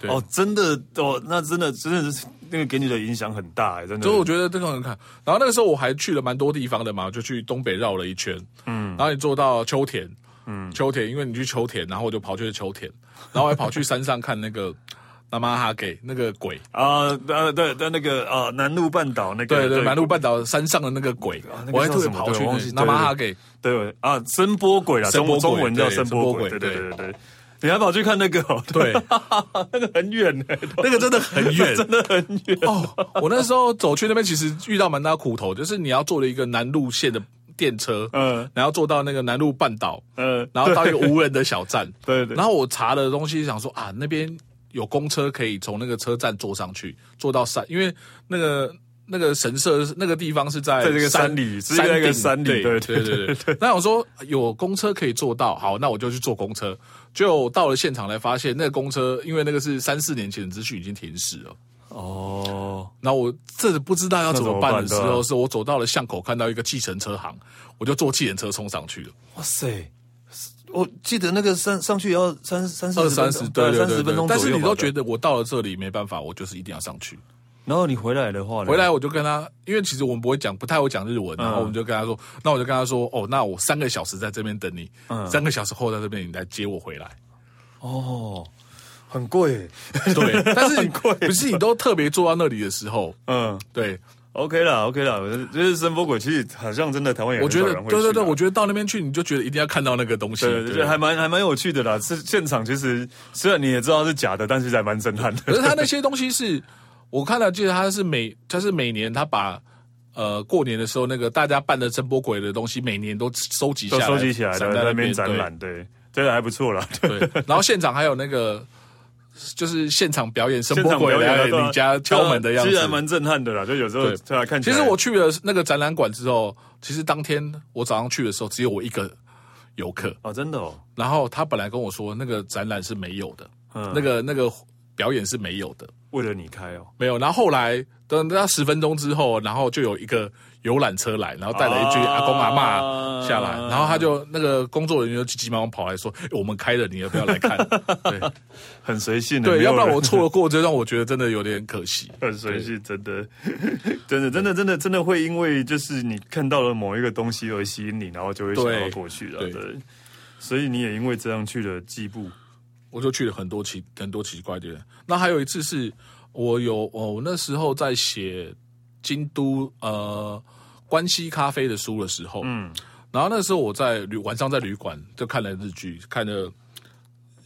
[SPEAKER 2] 对
[SPEAKER 1] 哦，真的哦，那真的真的是那个给你的影响很大欸，真的。
[SPEAKER 2] 所以我觉得这个很看。然后那个时候我还去了蛮多地方的嘛，就去东北绕了一圈，嗯，然后你坐到秋田，嗯，秋田，因为你去秋田，然后我就跑去秋田，然后还跑去山上看那个 那玛哈给那个鬼，
[SPEAKER 1] 啊，呃，对，在那个啊，南路半岛那个，
[SPEAKER 2] 对对，满路半岛山上的那个鬼，
[SPEAKER 1] 那个
[SPEAKER 2] 我还
[SPEAKER 1] 叫
[SPEAKER 2] 特别
[SPEAKER 1] 什么
[SPEAKER 2] 跑
[SPEAKER 1] 对
[SPEAKER 2] 去
[SPEAKER 1] 我忘记
[SPEAKER 2] 那
[SPEAKER 1] 对
[SPEAKER 2] 玛哈
[SPEAKER 1] 对
[SPEAKER 2] 给，
[SPEAKER 1] 对啊，声波鬼啦，
[SPEAKER 2] 声
[SPEAKER 1] 中
[SPEAKER 2] 波鬼
[SPEAKER 1] 中文叫
[SPEAKER 2] 对
[SPEAKER 1] 声波鬼，对
[SPEAKER 2] 声波鬼
[SPEAKER 1] 对对
[SPEAKER 2] 对
[SPEAKER 1] 对对。你还跑去看那个哦？
[SPEAKER 2] 对
[SPEAKER 1] 那个很远呢，欸
[SPEAKER 2] 那个真的很远，
[SPEAKER 1] 真的很远。
[SPEAKER 2] 哦，我那时候走去那边，其实遇到蛮大苦头，就是你要坐了一个南路线的电车，嗯
[SPEAKER 1] 嗯，
[SPEAKER 2] 然后坐到那个南路半岛，嗯
[SPEAKER 1] 嗯，
[SPEAKER 2] 然后到一个无人的小站，
[SPEAKER 1] 对对
[SPEAKER 2] 然后我查了东西，想说啊，那边有公车可以从那个车站坐上去，坐到山，因为那个。那个神社那个地方是在
[SPEAKER 1] 在这个
[SPEAKER 2] 山
[SPEAKER 1] 山里是在一个
[SPEAKER 2] 顶
[SPEAKER 1] 山里
[SPEAKER 2] 对
[SPEAKER 1] 对
[SPEAKER 2] 对对对。那我说有公车可以坐到，好，那我就去坐公车。就到了现场才发现，那个公车因为那个是三四年前的资讯已经停驶了。
[SPEAKER 1] 哦，
[SPEAKER 2] 然后我这不知道要怎么办的时
[SPEAKER 1] 那怎么
[SPEAKER 2] 候，
[SPEAKER 1] 办
[SPEAKER 2] 是我走到了巷口，看到一个计程车行，我就坐计程车冲上去了。
[SPEAKER 1] 哇塞！我记得那个上上去也要三三
[SPEAKER 2] 二
[SPEAKER 1] 四十分
[SPEAKER 2] 三
[SPEAKER 1] 钟
[SPEAKER 2] 十，对对
[SPEAKER 1] 三
[SPEAKER 2] 对
[SPEAKER 1] 十
[SPEAKER 2] 对
[SPEAKER 1] 分钟左右吧。
[SPEAKER 2] 但是你都觉
[SPEAKER 1] 对，
[SPEAKER 2] 得我到了这里没办法，我就是一定要上去。
[SPEAKER 1] 然后你回来的话呢，
[SPEAKER 2] 回来我就跟他，因为其实我们不会讲，不太会讲日文，
[SPEAKER 1] 嗯
[SPEAKER 2] 然后我们就跟他说，那我就跟他说，哦，那我三个小时在这边等你，
[SPEAKER 1] 嗯
[SPEAKER 2] 三个小时后在这边你来接 我回来。
[SPEAKER 1] 哦，很贵欸耶。
[SPEAKER 2] 对，但是 你
[SPEAKER 1] 很贵
[SPEAKER 2] 不是你都特别坐到那里的时候，
[SPEAKER 1] 嗯
[SPEAKER 2] 对，
[SPEAKER 1] ，OK 啦，OK 啦，我觉得就是声波鬼，其实好像真的台湾也
[SPEAKER 2] 我
[SPEAKER 1] 很少
[SPEAKER 2] 觉得
[SPEAKER 1] 人会
[SPEAKER 2] 对对
[SPEAKER 1] 去
[SPEAKER 2] 对，
[SPEAKER 1] 啦
[SPEAKER 2] 我觉得到那边去你就觉得一定要看到那个东西，
[SPEAKER 1] 对，就还蛮还蛮有趣的啦。是现场其实虽然你也知道是假的，但是还蛮震 撼
[SPEAKER 2] 可
[SPEAKER 1] 的。
[SPEAKER 2] 是他那些东西是，我看了，记得他是每，他是每年他把呃过年的时候那个大家办的声波鬼的东西，每年都收集下
[SPEAKER 1] 都
[SPEAKER 2] 来，
[SPEAKER 1] 收集起来
[SPEAKER 2] 散
[SPEAKER 1] 了，
[SPEAKER 2] 在
[SPEAKER 1] 在那边
[SPEAKER 2] 边
[SPEAKER 1] 展。览，对，真的还不错啦。
[SPEAKER 2] 对，对然后现场还有那个就是现场表演声
[SPEAKER 1] 现
[SPEAKER 2] 波
[SPEAKER 1] 场
[SPEAKER 2] 鬼
[SPEAKER 1] 表
[SPEAKER 2] 来
[SPEAKER 1] 演的话啊
[SPEAKER 2] 你家敲门的样
[SPEAKER 1] 其实还
[SPEAKER 2] 子。
[SPEAKER 1] 蛮震撼的啦。就有时候
[SPEAKER 2] 对
[SPEAKER 1] 对啊，看起
[SPEAKER 2] 其
[SPEAKER 1] 来
[SPEAKER 2] 实我去了那个展览馆之后，其实当天我早上去的时候，只有我一个游客。
[SPEAKER 1] 哦，真的哦，
[SPEAKER 2] 然后他本来跟我说，那个展览是没有的，
[SPEAKER 1] 嗯
[SPEAKER 2] 那个那个表演是没有的。
[SPEAKER 1] 为了你开哦，
[SPEAKER 2] 没有。然后后来等到十分钟之后，然后就有一个游览车来，然后带了一句
[SPEAKER 1] 啊
[SPEAKER 2] 阿公阿嬷下来，然后他就那个工作人员就急急忙忙跑来说：“诶我们开了，你要不要来看？”对
[SPEAKER 1] 很随性 的，
[SPEAKER 2] 对，
[SPEAKER 1] 没有
[SPEAKER 2] 要不然
[SPEAKER 1] 人
[SPEAKER 2] 我错过，这让我觉得真的有点可惜。
[SPEAKER 1] 很随性，真的，真的，真的，真的，真的会因为就是你看到了某一个东西而吸引你，然后就会想
[SPEAKER 2] 对
[SPEAKER 1] 要过去了，
[SPEAKER 2] 对
[SPEAKER 1] 对。所以你也因为这样去了季布，
[SPEAKER 2] 我就去了很多奇很多奇怪的人。那还有一次是我有我那时候在写京都呃关西咖啡的书的时候，嗯，然后那时候我在旅晚上在旅馆就看了日剧，看了《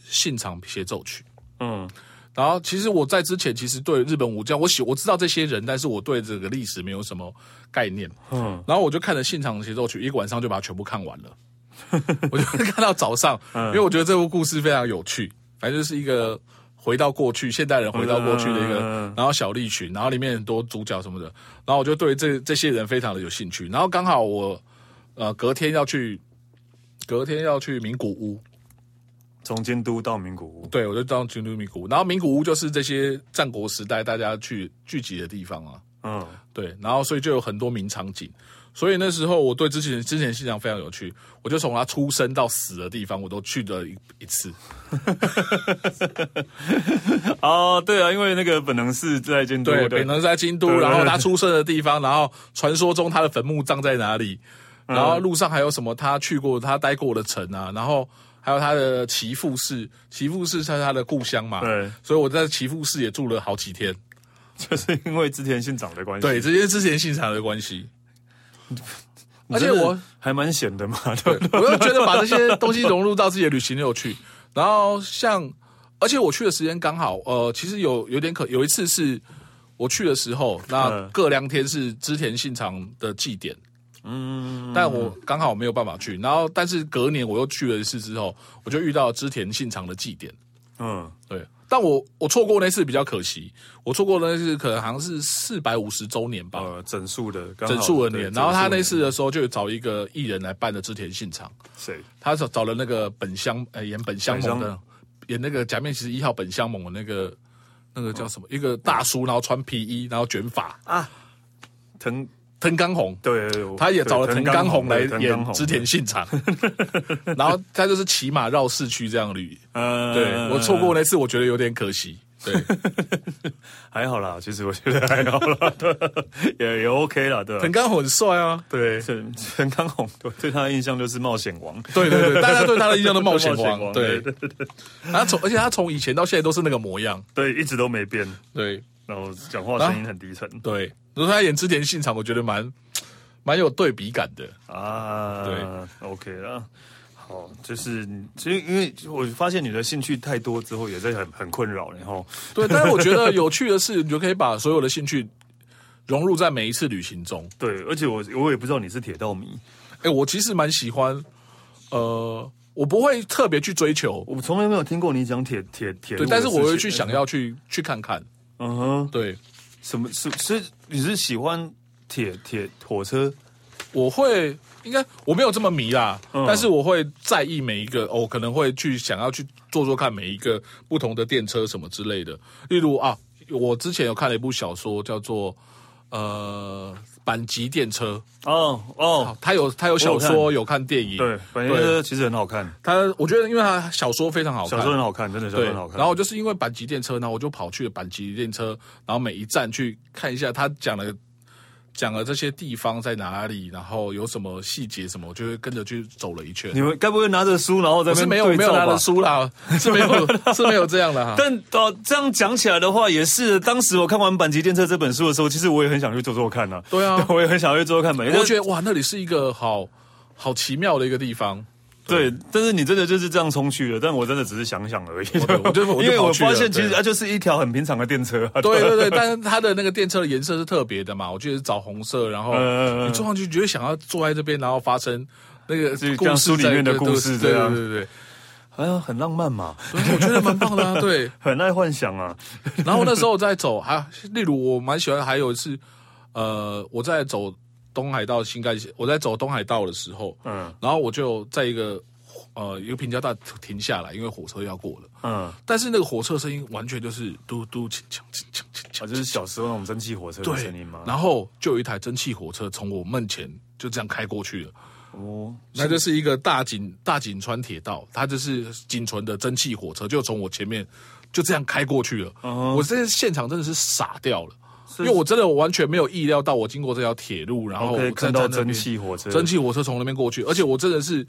[SPEAKER 2] 信长协奏曲》。
[SPEAKER 1] 嗯，
[SPEAKER 2] 然后其实我在之前其实对日本武将，我喜我知道这些人，但是我对这个历史没有什么概念。嗯
[SPEAKER 1] 嗯，
[SPEAKER 2] 然后我就看了现场协奏曲，一个晚上就把它全部看完 了。我就看到早上，
[SPEAKER 1] 嗯
[SPEAKER 2] 因为我觉得这部故事非常有趣，反正就是一个回到过去，现代人回到过去的一个，
[SPEAKER 1] 嗯
[SPEAKER 2] 然后小利群，然后里面很多主角什么的，然后我就对这这些人非常的有兴趣。然后刚好我呃隔天要去，隔天要去名古屋，
[SPEAKER 1] 从京都到名古屋，
[SPEAKER 2] 对，我就当军都名古屋，然后名古屋就是这些战国时代大家去聚集的地方啊，
[SPEAKER 1] 嗯，
[SPEAKER 2] 对，然后所以就有很多名场景，所以那时候我对之前之前信长非常有趣，我就从他出生到死的地方我都去了一一次，
[SPEAKER 1] 哦，对啊，因为那个本能是在监督
[SPEAKER 2] 对，
[SPEAKER 1] 的，
[SPEAKER 2] 北能在京都，
[SPEAKER 1] 对
[SPEAKER 2] 然后他出生的地方，然后传说中他的坟墓葬在哪里，
[SPEAKER 1] 嗯
[SPEAKER 2] 然后路上还有什么他去过他待过的城啊，然后还有他的岐阜市，岐阜市是他的故乡嘛，
[SPEAKER 1] 对，
[SPEAKER 2] 所以我在岐阜市也住了好几天。
[SPEAKER 1] 就是因为织田信长的关系。
[SPEAKER 2] 对，，这些之前信长的关系。而且我，
[SPEAKER 1] 还蛮闲的嘛，对 不
[SPEAKER 2] 对
[SPEAKER 1] 对，
[SPEAKER 2] 我又觉得把这些东西融入到自己的旅行很有趣。然后像，而且我去的时间刚好，呃，其实有有点可，有一次是我去的时候，那
[SPEAKER 1] 嗯
[SPEAKER 2] 隔两天是织田信长的祭典，嗯，但我刚好没有办法去，然后但是隔年我又去了一次之后，我就遇到织田信长的祭典，
[SPEAKER 1] 嗯，
[SPEAKER 2] 对，但我我错过那次比较可惜，我错过那次可能好像是四百五十周年吧，
[SPEAKER 1] 呃，整数的，刚好
[SPEAKER 2] 整数的
[SPEAKER 1] 对
[SPEAKER 2] 年，然后他那
[SPEAKER 1] 整
[SPEAKER 2] 次的时候就找一个艺人来办的织田信长，
[SPEAKER 1] 数的谁？
[SPEAKER 2] 他找找了那个本乡呃演本乡
[SPEAKER 1] 本乡
[SPEAKER 2] 猛的，演那个假面骑士一号本乡猛的那个那个叫什么、一个大叔，然后穿皮衣，然后卷发，
[SPEAKER 1] 藤
[SPEAKER 2] 藤冈宏。
[SPEAKER 1] 对，对
[SPEAKER 2] 他也找了
[SPEAKER 1] 对
[SPEAKER 2] 藤冈宏来
[SPEAKER 1] 对藤冈
[SPEAKER 2] 演
[SPEAKER 1] 弘
[SPEAKER 2] 织田信长， 然后他就是骑马绕市区这样 旅。
[SPEAKER 1] 呃，
[SPEAKER 2] 对我错过那次，我觉得有点可惜。 对，
[SPEAKER 1] 还好啦，其实我觉得还好啦，对 也也 OK 啦，对吧
[SPEAKER 2] 藤冈宏很帅啊。
[SPEAKER 1] 对，陈陈康宏，我对他的印象就是冒险王，
[SPEAKER 2] 对对对，大家对他的印象都冒险
[SPEAKER 1] 冒险
[SPEAKER 2] 王。
[SPEAKER 1] 王
[SPEAKER 2] 对，他从而且他从以前到现在都是那个模样。
[SPEAKER 1] 对，一直都没变，
[SPEAKER 2] 对
[SPEAKER 1] 然后讲话
[SPEAKER 2] 啊
[SPEAKER 1] 声音很低沉
[SPEAKER 2] 对，所以他演织田信长，我觉得蛮蛮有对比感的。
[SPEAKER 1] 啊，
[SPEAKER 2] 对
[SPEAKER 1] ，OK 啦。好，就是其实因为我发现你的兴趣太多之后，也在很很困扰，然后
[SPEAKER 2] 对，但是我觉得有趣的是，你就可以把所有的兴趣融入在每一次旅行中。
[SPEAKER 1] 对，而且我我也不知道你是铁道迷，
[SPEAKER 2] 哎，我其实蛮喜欢，呃，我不会特别去追求，
[SPEAKER 1] 我从来没有听过你讲铁铁铁路的事情，
[SPEAKER 2] 对，但是我会去想要去去看看。
[SPEAKER 1] 嗯哼，
[SPEAKER 2] 对，
[SPEAKER 1] 什么是是你是喜欢铁铁火车？
[SPEAKER 2] 我会应该我没有这么迷啦，但是我会在意每一个，哦我、可能会去想要去做做看每一个不同的电车什么之类的。例如啊，我之前有看了一部小说，叫做呃《阪急电车
[SPEAKER 1] 哦》哦，
[SPEAKER 2] 哦，它有它有小
[SPEAKER 1] 我有
[SPEAKER 2] 说，有看电影，
[SPEAKER 1] 对，反正其实很好看，
[SPEAKER 2] 它我觉得因为它小说非常好
[SPEAKER 1] 小
[SPEAKER 2] 看
[SPEAKER 1] 时候。很好看，真的小时
[SPEAKER 2] 对，
[SPEAKER 1] 候很好看。
[SPEAKER 2] 然后就是因为阪急电车，然后我就跑去了阪急电车，然后每一站去看一下他讲的讲的这些地方在哪里，然后有什么细节什么，我就会跟着去走了一圈。
[SPEAKER 1] 你们该不会拿着书然后在
[SPEAKER 2] 我
[SPEAKER 1] 那
[SPEAKER 2] 是
[SPEAKER 1] 边
[SPEAKER 2] 没有
[SPEAKER 1] 对
[SPEAKER 2] 没有
[SPEAKER 1] 照
[SPEAKER 2] 拿着
[SPEAKER 1] 吧？
[SPEAKER 2] 书啦，是没有是没有这样的哈。
[SPEAKER 1] 但哦，这样讲起来的话，也是当时我看完《板级电车》这本书的时候，其实我也很想去做做看啊。
[SPEAKER 2] 对啊
[SPEAKER 1] 我也很想去做做看。每
[SPEAKER 2] 我觉
[SPEAKER 1] 得
[SPEAKER 2] 得哇，那里是一个好好奇妙的一个地方。
[SPEAKER 1] 对，但是你真的就是这样冲去了，但我真的只是想想而已。
[SPEAKER 2] 对我就我就
[SPEAKER 1] 因为我
[SPEAKER 2] 跑去了
[SPEAKER 1] 发现其实
[SPEAKER 2] 对
[SPEAKER 1] 它就是一条很平常的电车啊。
[SPEAKER 2] 对对对，但是它的那个电车的颜色是特别的嘛，我记得是枣红色，然后
[SPEAKER 1] 嗯嗯嗯
[SPEAKER 2] 你坐上去，觉得想要坐在这边，然后发生那个
[SPEAKER 1] 就
[SPEAKER 2] 故
[SPEAKER 1] 像
[SPEAKER 2] 事
[SPEAKER 1] 书里
[SPEAKER 2] 在
[SPEAKER 1] 面的
[SPEAKER 2] 对
[SPEAKER 1] 故事
[SPEAKER 2] 对
[SPEAKER 1] 这
[SPEAKER 2] 对
[SPEAKER 1] 样
[SPEAKER 2] 对对对。
[SPEAKER 1] 哎呀，很浪漫嘛，
[SPEAKER 2] 对我觉得蛮棒的啊， 对。
[SPEAKER 1] 很爱幻想啊。
[SPEAKER 2] 然后那时候我在走，还、例如我蛮喜欢，还有一次，呃，我在走东海道新干线，我在走东海道的时候，
[SPEAKER 1] 嗯
[SPEAKER 2] 然后我就在一个呃一个平交道停下来，因为火车要过了。
[SPEAKER 1] 嗯，
[SPEAKER 2] 但是那个火车声音完全就是嘟嘟锵锵锵锵锵，
[SPEAKER 1] 啊，就是小时候那种蒸汽火车的声音
[SPEAKER 2] 对
[SPEAKER 1] 嘛。。
[SPEAKER 2] 然后就有一台蒸汽火车从我面前就这样开过去了。
[SPEAKER 1] 哦，
[SPEAKER 2] 那就是一个大井大井川铁道，它就是仅存的蒸汽火车，就从我前面就这样开过去了。
[SPEAKER 1] 嗯
[SPEAKER 2] 我这现场真的是傻掉了，因为我真的完全没有意料到我经过这条铁路，然后
[SPEAKER 1] 可以
[SPEAKER 2] 我
[SPEAKER 1] 看
[SPEAKER 2] 站
[SPEAKER 1] 到
[SPEAKER 2] 在那
[SPEAKER 1] 蒸
[SPEAKER 2] 边
[SPEAKER 1] 汽火车
[SPEAKER 2] 蒸汽火车从那边过去，而且我真的是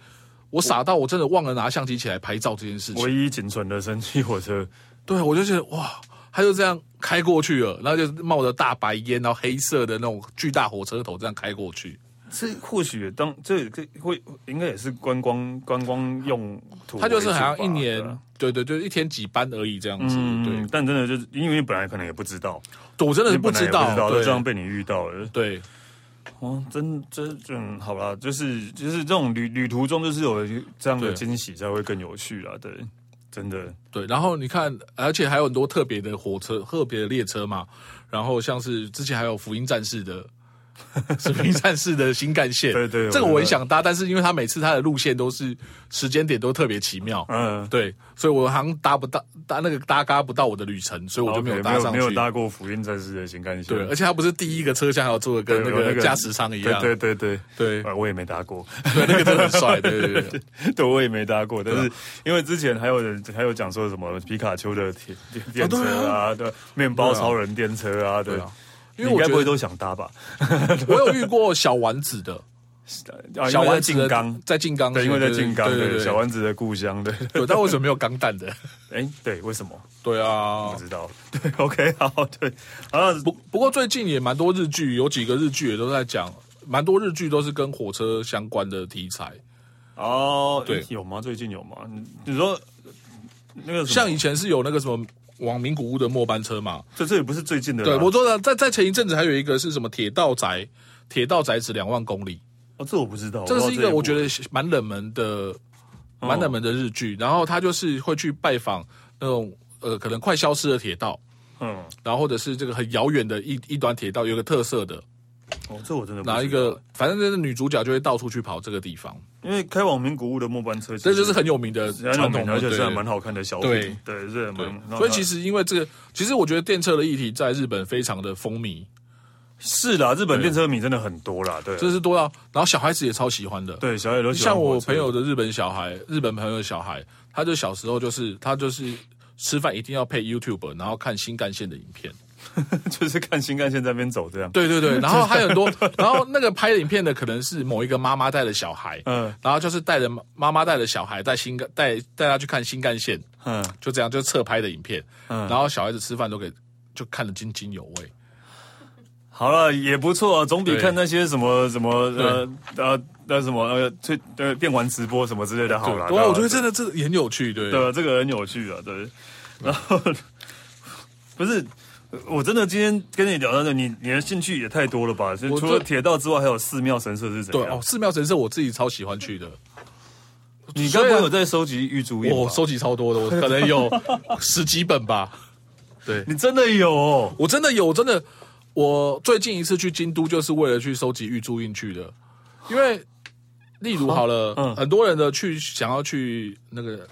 [SPEAKER 2] 我傻到我真的忘了拿相机起来拍照这件事情。
[SPEAKER 1] 唯一仅存的蒸汽火车。
[SPEAKER 2] 对，我就觉得哇，它就这样开过去了，然后就冒着大白烟，然后黑色的那种巨大火车头这样开过去。
[SPEAKER 1] 这或许当这这会应该也是观光观光用途为主吧，
[SPEAKER 2] 它就是好像一年
[SPEAKER 1] 对啊，
[SPEAKER 2] 对对，就一天几班而已这样子。对
[SPEAKER 1] 嗯，，但真的就是因为你本来可能也不知道，
[SPEAKER 2] 我真的是
[SPEAKER 1] 你本来
[SPEAKER 2] 知
[SPEAKER 1] 也
[SPEAKER 2] 道，
[SPEAKER 1] 不知道就
[SPEAKER 2] 对
[SPEAKER 1] 这样被你遇到了。
[SPEAKER 2] 对
[SPEAKER 1] 哦，真真嗯，好啦，就是就是这种旅旅途中就是有这样的
[SPEAKER 2] 对
[SPEAKER 1] 惊喜才会更有趣啦，对，真的，
[SPEAKER 2] 对。然后你看，而且还有很多特别的火车、特别的列车嘛。然后像是之前还有福音战士 的。福音战士的新干线，
[SPEAKER 1] 对对
[SPEAKER 2] 这个
[SPEAKER 1] 我
[SPEAKER 2] 我也
[SPEAKER 1] 知道
[SPEAKER 2] 想搭，但是因为它每次它的路线都是时间点都特别奇妙，
[SPEAKER 1] 嗯。
[SPEAKER 2] 对，所以我好像搭不到搭那个搭嘎不到我的旅程，所以我就
[SPEAKER 1] OK，
[SPEAKER 2] 没有
[SPEAKER 1] 没
[SPEAKER 2] 搭
[SPEAKER 1] 有
[SPEAKER 2] 上
[SPEAKER 1] 没
[SPEAKER 2] 去。
[SPEAKER 1] 有搭过福音战士的新干线，
[SPEAKER 2] 对，啊而且它不是第一个车厢，还有坐的跟那
[SPEAKER 1] 有那
[SPEAKER 2] 个
[SPEAKER 1] 个
[SPEAKER 2] 驾驶舱一样，
[SPEAKER 1] 对对对
[SPEAKER 2] 对
[SPEAKER 1] 啊我也没搭 过，
[SPEAKER 2] 对那个真的很帅，对对对对。
[SPEAKER 1] 对，我也没搭过，但
[SPEAKER 2] 啊
[SPEAKER 1] 是因为之前还有人还有讲说什么皮卡丘的电电电车啊，对，面包超人电车啊，对
[SPEAKER 2] 哦对啊，
[SPEAKER 1] 你
[SPEAKER 2] 因为
[SPEAKER 1] 应
[SPEAKER 2] 我
[SPEAKER 1] 该
[SPEAKER 2] 觉
[SPEAKER 1] 不会
[SPEAKER 2] 得
[SPEAKER 1] 都想搭吧？
[SPEAKER 2] 我有遇过小丸子的，
[SPEAKER 1] 啊
[SPEAKER 2] 小
[SPEAKER 1] 因为在
[SPEAKER 2] 丸子
[SPEAKER 1] 静
[SPEAKER 2] 的
[SPEAKER 1] 冈，
[SPEAKER 2] 在静冈，
[SPEAKER 1] 对，因为在静冈，
[SPEAKER 2] 对对
[SPEAKER 1] 对，
[SPEAKER 2] 对，
[SPEAKER 1] 小丸子的故乡，对，
[SPEAKER 2] 对，但为什么没有钢弹的？
[SPEAKER 1] 哎，对，为什么
[SPEAKER 2] 对啊
[SPEAKER 1] 不，知道？ 对，OK，好，对，啊，
[SPEAKER 2] 不不过最近也蛮多日剧，有几个日剧也都在讲，蛮多日剧都是跟火车相关的题材。
[SPEAKER 1] 哦，
[SPEAKER 2] 对
[SPEAKER 1] 有吗？最近有吗？你你说那个什么
[SPEAKER 2] 像以，前是有那个什么往名古屋的末班车嘛，
[SPEAKER 1] 这这也不是最近的啦，
[SPEAKER 2] 对我说的，在在前一阵子还有一个是什么铁道宅，铁道宅只两万公里，
[SPEAKER 1] 哦，这我不知道，
[SPEAKER 2] 这是一个我觉
[SPEAKER 1] 得
[SPEAKER 2] 得蛮冷门的、
[SPEAKER 1] 哦
[SPEAKER 2] 蛮冷门的日剧。然后他就是会去拜访那种呃，可能快消失的铁道，
[SPEAKER 1] 嗯，
[SPEAKER 2] 然后或者是这个很遥远的一一段铁道，有一个特色的，
[SPEAKER 1] 哦，这我真的不知道
[SPEAKER 2] 哪一？个，反正就是女主角就会到处去跑这个地方，
[SPEAKER 1] 因为开往名古屋的末班车其实，
[SPEAKER 2] 这就是很有名的
[SPEAKER 1] 很有
[SPEAKER 2] 传统
[SPEAKER 1] 名，
[SPEAKER 2] 的，
[SPEAKER 1] 而且
[SPEAKER 2] 对
[SPEAKER 1] 是还蛮好看的小品，
[SPEAKER 2] 对
[SPEAKER 1] 对，是还
[SPEAKER 2] 对
[SPEAKER 1] 蛮。
[SPEAKER 2] 所以其
[SPEAKER 1] 实
[SPEAKER 2] 实因为这个，其实我觉得电车的议题在日本非常的风靡，
[SPEAKER 1] 是啦，日本电车迷真的很多啦，对，
[SPEAKER 2] 这是多到，然后小孩子也超喜欢的。
[SPEAKER 1] 对小野都喜欢
[SPEAKER 2] 像我
[SPEAKER 1] 火车
[SPEAKER 2] 朋友的日本小孩，日本朋友的小孩，他就小时候就是他就是吃饭一定要配 YouTube，然后看新干线的影片。
[SPEAKER 1] 就是看新干线在那边走这样，
[SPEAKER 2] 对 对对，然后还有很多，然后那个拍影片的可能是某一个妈妈带的小孩，
[SPEAKER 1] 嗯
[SPEAKER 2] 然后就是带着妈妈带着小孩带新干带带他去看新干线，
[SPEAKER 1] 嗯，
[SPEAKER 2] 就这样就侧拍的影片，然后小孩子吃饭都给就看得津津有味。
[SPEAKER 1] 好了，也不错啊，总比
[SPEAKER 2] 对
[SPEAKER 1] 看那些什么什么呃呃那什么呃最呃电玩直播什么之类的好了。
[SPEAKER 2] 哇，我觉
[SPEAKER 1] 这
[SPEAKER 2] 得真的这也很有趣，对
[SPEAKER 1] 对啊，这个很有趣啊，对。然后不是，我真的今天跟你聊到这，你你的兴趣也太多了吧？就
[SPEAKER 2] 我
[SPEAKER 1] 除了
[SPEAKER 2] 这
[SPEAKER 1] 铁道之外，还有寺庙神社是怎
[SPEAKER 2] 对
[SPEAKER 1] 样
[SPEAKER 2] 哦，？寺庙神社我自己超喜欢去的，
[SPEAKER 1] 你该不
[SPEAKER 2] 虽
[SPEAKER 1] 会
[SPEAKER 2] 然
[SPEAKER 1] 有在收集玉珠印
[SPEAKER 2] 我
[SPEAKER 1] 吧？
[SPEAKER 2] 收集超多的，我可能有十几本吧。对
[SPEAKER 1] 你真的有哦？
[SPEAKER 2] 我真的有，真的，我最近一次去京都就是为了去收集玉珠印去的，因为例如好了，
[SPEAKER 1] 嗯
[SPEAKER 2] 很多人的去想要去那个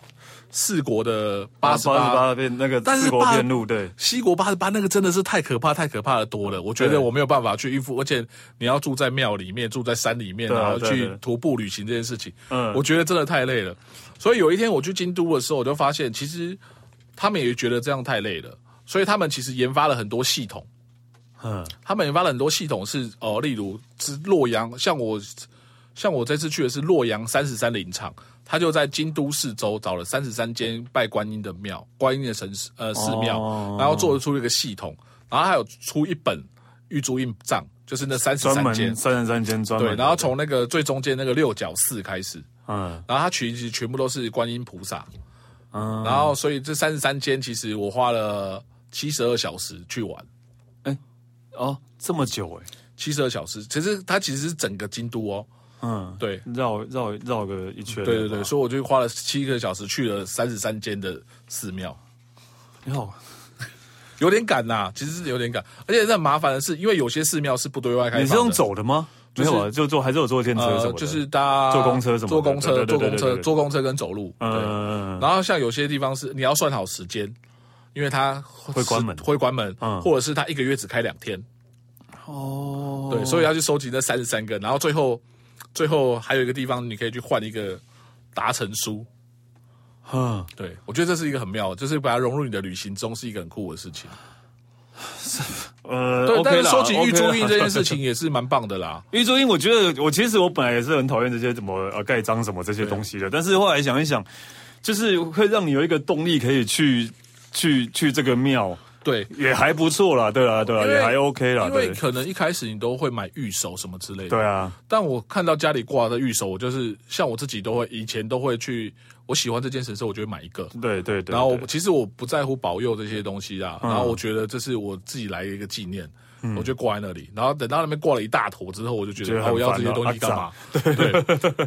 [SPEAKER 2] 四国的八十
[SPEAKER 1] 八十
[SPEAKER 2] 八。
[SPEAKER 1] 八变那个
[SPEAKER 2] 但是
[SPEAKER 1] 四国
[SPEAKER 2] 八
[SPEAKER 1] 变路，对，
[SPEAKER 2] 西国八十八那个真的是太可怕、太可怕的多了，我觉
[SPEAKER 1] 对
[SPEAKER 2] 得我没有办法去应付，而且你要住在庙里面、住在山里面，
[SPEAKER 1] 对啊
[SPEAKER 2] 然后
[SPEAKER 1] 对
[SPEAKER 2] 去
[SPEAKER 1] 对
[SPEAKER 2] 徒步旅行这件事情，
[SPEAKER 1] 嗯
[SPEAKER 2] 我觉得真的太累了。所以有一天我去京都的时候，我就发现其实他们也觉得这样太累了，所以他们其实研发了很多系统，
[SPEAKER 1] 嗯
[SPEAKER 2] 他们研发了很多系统是哦，例如是洛阳，像我像我这次去的是洛阳三十三陵场，他就在京都市周找了三十三间拜观音的庙、观音的神寺呃寺庙，
[SPEAKER 1] 哦
[SPEAKER 2] 然后做出一个系统，然后还有出一本玉珠印藏，就是那三十
[SPEAKER 1] 专
[SPEAKER 2] 三
[SPEAKER 1] 门
[SPEAKER 2] 间，
[SPEAKER 1] 三十三间专门
[SPEAKER 2] 对，
[SPEAKER 1] 的，
[SPEAKER 2] 然后从那个最中间那个六角寺开始，
[SPEAKER 1] 嗯
[SPEAKER 2] 然后它其实全部都是观音菩萨，
[SPEAKER 1] 嗯，
[SPEAKER 2] 然后所以这三十三间其实我花了七十二小时去玩。
[SPEAKER 1] 哦这么久哎，
[SPEAKER 2] 七十二小时，其实它其实是整个京都哦，
[SPEAKER 1] 嗯，
[SPEAKER 2] 对，
[SPEAKER 1] 绕绕绕个一圈，
[SPEAKER 2] 对对对，，所以我就花了七个小时去了三十三间的寺庙，
[SPEAKER 1] 你好，
[SPEAKER 2] 有点赶呐、其实是有点赶，而且很麻烦的是，因为有些寺庙是不对外开放的，
[SPEAKER 1] 你是用走的吗？没
[SPEAKER 2] 是
[SPEAKER 1] 有啊，就坐还是有坐电车什么的，
[SPEAKER 2] 呃，就是搭
[SPEAKER 1] 坐公车什么的
[SPEAKER 2] 坐公
[SPEAKER 1] 对
[SPEAKER 2] 车、
[SPEAKER 1] 对对
[SPEAKER 2] 坐公
[SPEAKER 1] 对对
[SPEAKER 2] 车、
[SPEAKER 1] 对
[SPEAKER 2] 坐公车跟走路，对。
[SPEAKER 1] 嗯，
[SPEAKER 2] 然后像有些地方是你要算好时间，因为它会
[SPEAKER 1] 关门
[SPEAKER 2] 会关门，
[SPEAKER 1] 嗯
[SPEAKER 2] 或者是它一个月只开两天，
[SPEAKER 1] 哦，
[SPEAKER 2] 对，所以要去收集那三十三个，然后最后最后还有一个地方你可以去换一个达成书，
[SPEAKER 1] 嗯，
[SPEAKER 2] 对，我觉得这是一个很妙的，就是把它融入你的旅行中，是一个很酷的事情。
[SPEAKER 1] 呃，
[SPEAKER 2] 对
[SPEAKER 1] OK 啦
[SPEAKER 2] 但是说起玉珠
[SPEAKER 1] OK
[SPEAKER 2] 印
[SPEAKER 1] 啦
[SPEAKER 2] 这件事情也是蛮棒的啦。
[SPEAKER 1] 玉珠印，我觉得我其实我本来也是很讨厌这些什么呃盖章什么这些东西的，但是后来想一想，就是会让你有一个动力可以去去去这个庙，
[SPEAKER 2] 对，
[SPEAKER 1] 也还不错啦，对啦对啦，啊
[SPEAKER 2] 因为
[SPEAKER 1] 呃也还 OK 啦，
[SPEAKER 2] 因为
[SPEAKER 1] 对
[SPEAKER 2] 可能一开始你都会买玉手什么之类的，
[SPEAKER 1] 对啊，
[SPEAKER 2] 但我看到家里挂的玉手，我就是像我自己都会，以前都会去，我喜欢这件神社，我就会买一个。
[SPEAKER 1] 对对对，
[SPEAKER 2] 然后
[SPEAKER 1] 对嗯
[SPEAKER 2] 我其实我不在乎保佑这些东西啦，然后我觉得这是我自己来的一个纪念。我就挂在那里，然后等到那边挂了一大坨之后，我就觉
[SPEAKER 1] 觉得
[SPEAKER 2] 得
[SPEAKER 1] 很
[SPEAKER 2] 啊，我要这
[SPEAKER 1] 烦
[SPEAKER 2] 些
[SPEAKER 1] 哦
[SPEAKER 2] 东西干嘛？对，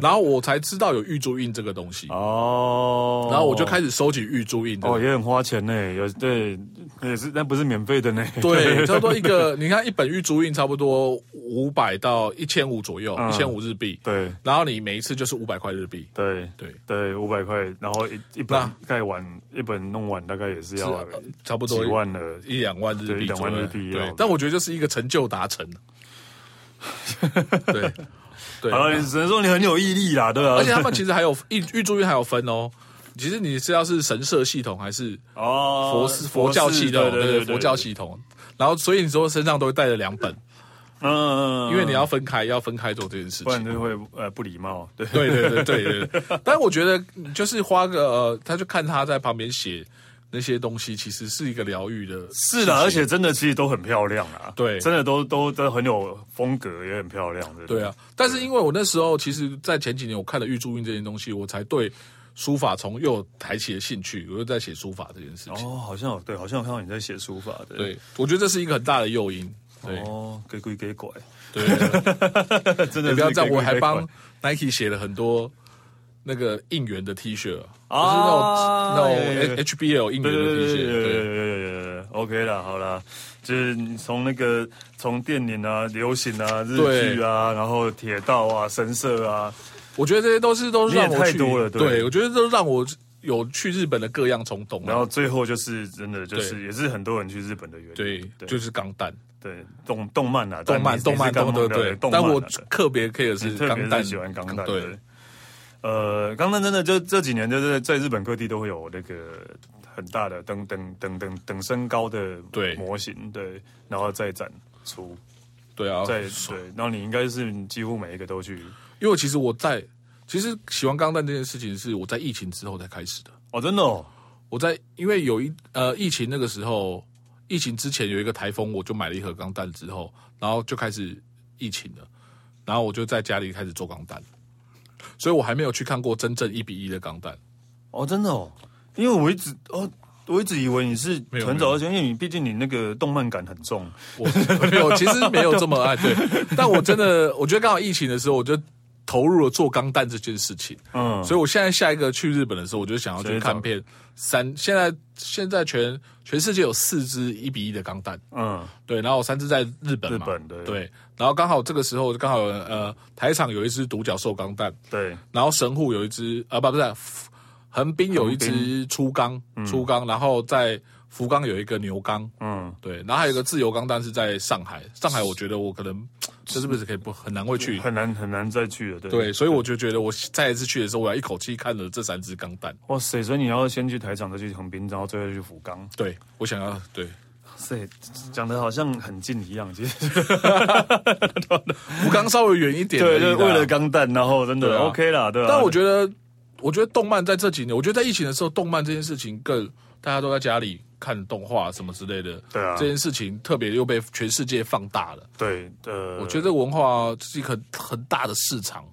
[SPEAKER 2] 然后我才知道有玉珠印这个东西。
[SPEAKER 1] 哦，
[SPEAKER 2] 然后我就开始收集玉珠印的。
[SPEAKER 1] 哦，也很花钱呢，有对，也是，但不是免费的呢。
[SPEAKER 2] 对，差不多一个，你看一本玉珠印差不多五百到一千五左右，
[SPEAKER 1] 嗯
[SPEAKER 2] 一千五日币。
[SPEAKER 1] 对
[SPEAKER 2] 然后你每一次就是五百块日币，
[SPEAKER 1] 对
[SPEAKER 2] 对，
[SPEAKER 1] 对，五百块，然后一一本
[SPEAKER 2] 那
[SPEAKER 1] 盖完，一本弄完大概也是
[SPEAKER 2] 是
[SPEAKER 1] 要
[SPEAKER 2] 呃差不
[SPEAKER 1] 几
[SPEAKER 2] 多
[SPEAKER 1] 万了。
[SPEAKER 2] 一两万日
[SPEAKER 1] 对一
[SPEAKER 2] 币
[SPEAKER 1] 两
[SPEAKER 2] 左
[SPEAKER 1] 万
[SPEAKER 2] 右。
[SPEAKER 1] 日币要
[SPEAKER 2] 对，但我觉得就是一个成就 达成。对，对，
[SPEAKER 1] 好了，你只能说你很有毅力啦，对吧？
[SPEAKER 2] 而且他们其实还有玉玉珠印还有分哦。其实你知道是神社系统还是
[SPEAKER 1] 哦，
[SPEAKER 2] 佛寺佛教系统？
[SPEAKER 1] 对对对，
[SPEAKER 2] 佛教系统。然后，所以你说身上都会带着两本，
[SPEAKER 1] 对，嗯，嗯
[SPEAKER 2] 因为你要，分开，要分开做这件事情。
[SPEAKER 1] 不然就会呃不礼貌，对，
[SPEAKER 2] 对对对对对。但我觉得就是花个，呃、他就看他在旁边写那些东西，其实是一个疗愈的。
[SPEAKER 1] 是的，而且真的其实都很漂亮啊，
[SPEAKER 2] 对
[SPEAKER 1] 真的都都都很有风格，也很漂亮，真的
[SPEAKER 2] 对，啊，但是因为我那时候其实，在前几年我看了玉珠印这件东西，我才对书法从又抬起了兴趣，我又在写书法这件事情。
[SPEAKER 1] 哦哦，好像有对，好像有看到你在写书法的，
[SPEAKER 2] 对，我觉得这是一个很大的诱因。对
[SPEAKER 1] 哦，给鬼 给拐，
[SPEAKER 2] 对，
[SPEAKER 1] 真的
[SPEAKER 2] 你
[SPEAKER 1] 是
[SPEAKER 2] 不要这样，
[SPEAKER 1] 给鬼
[SPEAKER 2] 我还
[SPEAKER 1] 给
[SPEAKER 2] 帮
[SPEAKER 1] 拐
[SPEAKER 2] Nike 写了很多那个应援的 T 恤，
[SPEAKER 1] 啊
[SPEAKER 2] 就是
[SPEAKER 1] 有
[SPEAKER 2] 那
[SPEAKER 1] 有
[SPEAKER 2] 种那
[SPEAKER 1] 有
[SPEAKER 2] 种 HBL 应
[SPEAKER 1] 对
[SPEAKER 2] 援
[SPEAKER 1] 对
[SPEAKER 2] 的
[SPEAKER 1] 对对
[SPEAKER 2] T 恤，
[SPEAKER 1] 对
[SPEAKER 2] 对。
[SPEAKER 1] 对对，OK 啦，好啦，就是你从那个从电影啊、流行啊、日
[SPEAKER 2] 对
[SPEAKER 1] 剧啊，然后铁道啊、神社啊，
[SPEAKER 2] 我觉得这些都是都是让
[SPEAKER 1] 你也
[SPEAKER 2] 我
[SPEAKER 1] 太
[SPEAKER 2] 去
[SPEAKER 1] 多了对
[SPEAKER 2] 我觉得都让我有去日本的各样冲动啊。
[SPEAKER 1] 然后最后就是真的就是
[SPEAKER 2] 对
[SPEAKER 1] 也是很多人去日本的原因，
[SPEAKER 2] 对，
[SPEAKER 1] 对
[SPEAKER 2] 就是钢弹、
[SPEAKER 1] 对动动漫啊，
[SPEAKER 2] 动
[SPEAKER 1] 但你
[SPEAKER 2] 漫、
[SPEAKER 1] 你
[SPEAKER 2] 动漫
[SPEAKER 1] 是刚
[SPEAKER 2] 都
[SPEAKER 1] 刚
[SPEAKER 2] 都
[SPEAKER 1] 的
[SPEAKER 2] 对
[SPEAKER 1] 动。漫
[SPEAKER 2] 但
[SPEAKER 1] 啊
[SPEAKER 2] 我
[SPEAKER 1] 对
[SPEAKER 2] 特别 care 是
[SPEAKER 1] 特别
[SPEAKER 2] 钢弹，
[SPEAKER 1] 是喜欢钢弹，
[SPEAKER 2] 对
[SPEAKER 1] 对。呃，钢弹真的就这几年就是在日本各地都会有那个很大的等等等等等身高的
[SPEAKER 2] 对
[SPEAKER 1] 模型，对，然后再展出，
[SPEAKER 2] 对啊，
[SPEAKER 1] 再对，然后你应该是几乎每一个都去。
[SPEAKER 2] 因为其实我在其实喜欢钢弹这件事情是我在疫情之后才开始的。
[SPEAKER 1] 哦，真的哦，
[SPEAKER 2] 我在因为有一呃疫情那个时候，疫情之前有一个台风，我就买了一盒钢弹之后，然后就开始疫情了，然后我就在家里开始做钢弹，所以我还没有去看过真正一比一的钢弹。
[SPEAKER 1] 哦，真的哦，因为我一直哦。我一直以为你是
[SPEAKER 2] 没有
[SPEAKER 1] 很早，而且因为你毕竟你那个动漫感很重，
[SPEAKER 2] 我 没有，其实没有这么爱对，但我真的我觉得刚好疫情的时候，我就投入了做钢弹这件事情，
[SPEAKER 1] 嗯，
[SPEAKER 2] 所以我现在下一个去日本的时候，我就想要去看片三。现在现在全全世界有四支一比一的钢弹，
[SPEAKER 1] 嗯，
[SPEAKER 2] 对，然后三只在日本嘛，
[SPEAKER 1] 日本对
[SPEAKER 2] 对，然后刚好这个时候刚好呃台场有一只独角兽钢弹，
[SPEAKER 1] 对，
[SPEAKER 2] 然后神户有一只啊不不是横滨有一只粗钢粗钢，然后在福冈有一个牛钢，
[SPEAKER 1] 嗯，
[SPEAKER 2] 对，然后还有一个自由钢弹是在上海，上海我觉得我可能这是不是可以不很难会去。
[SPEAKER 1] 很难很难再去了，对，
[SPEAKER 2] 对，所以我就觉得我再一次去的时候，我要一口气看了这三只钢弹。
[SPEAKER 1] 哇塞，所以你要先去台场，再去横滨，然后最后去福冈，
[SPEAKER 2] 对我想要 对
[SPEAKER 1] 对，讲的好像很近一样，其实
[SPEAKER 2] 福冈稍微远一点而
[SPEAKER 1] 对，
[SPEAKER 2] 已啦，
[SPEAKER 1] 就是为了钢弹，然后真的
[SPEAKER 2] 对啊
[SPEAKER 1] OK 啦，对吧、
[SPEAKER 2] 但我觉得，我觉得动漫在这几年，我觉得在疫情的时候，动漫这件事情更大家都在家里看动画什么之类的，
[SPEAKER 1] 对啊
[SPEAKER 2] 这件事情特别又被全世界放大了。
[SPEAKER 1] 对，呃，
[SPEAKER 2] 我觉得文化是一个很很大的市场，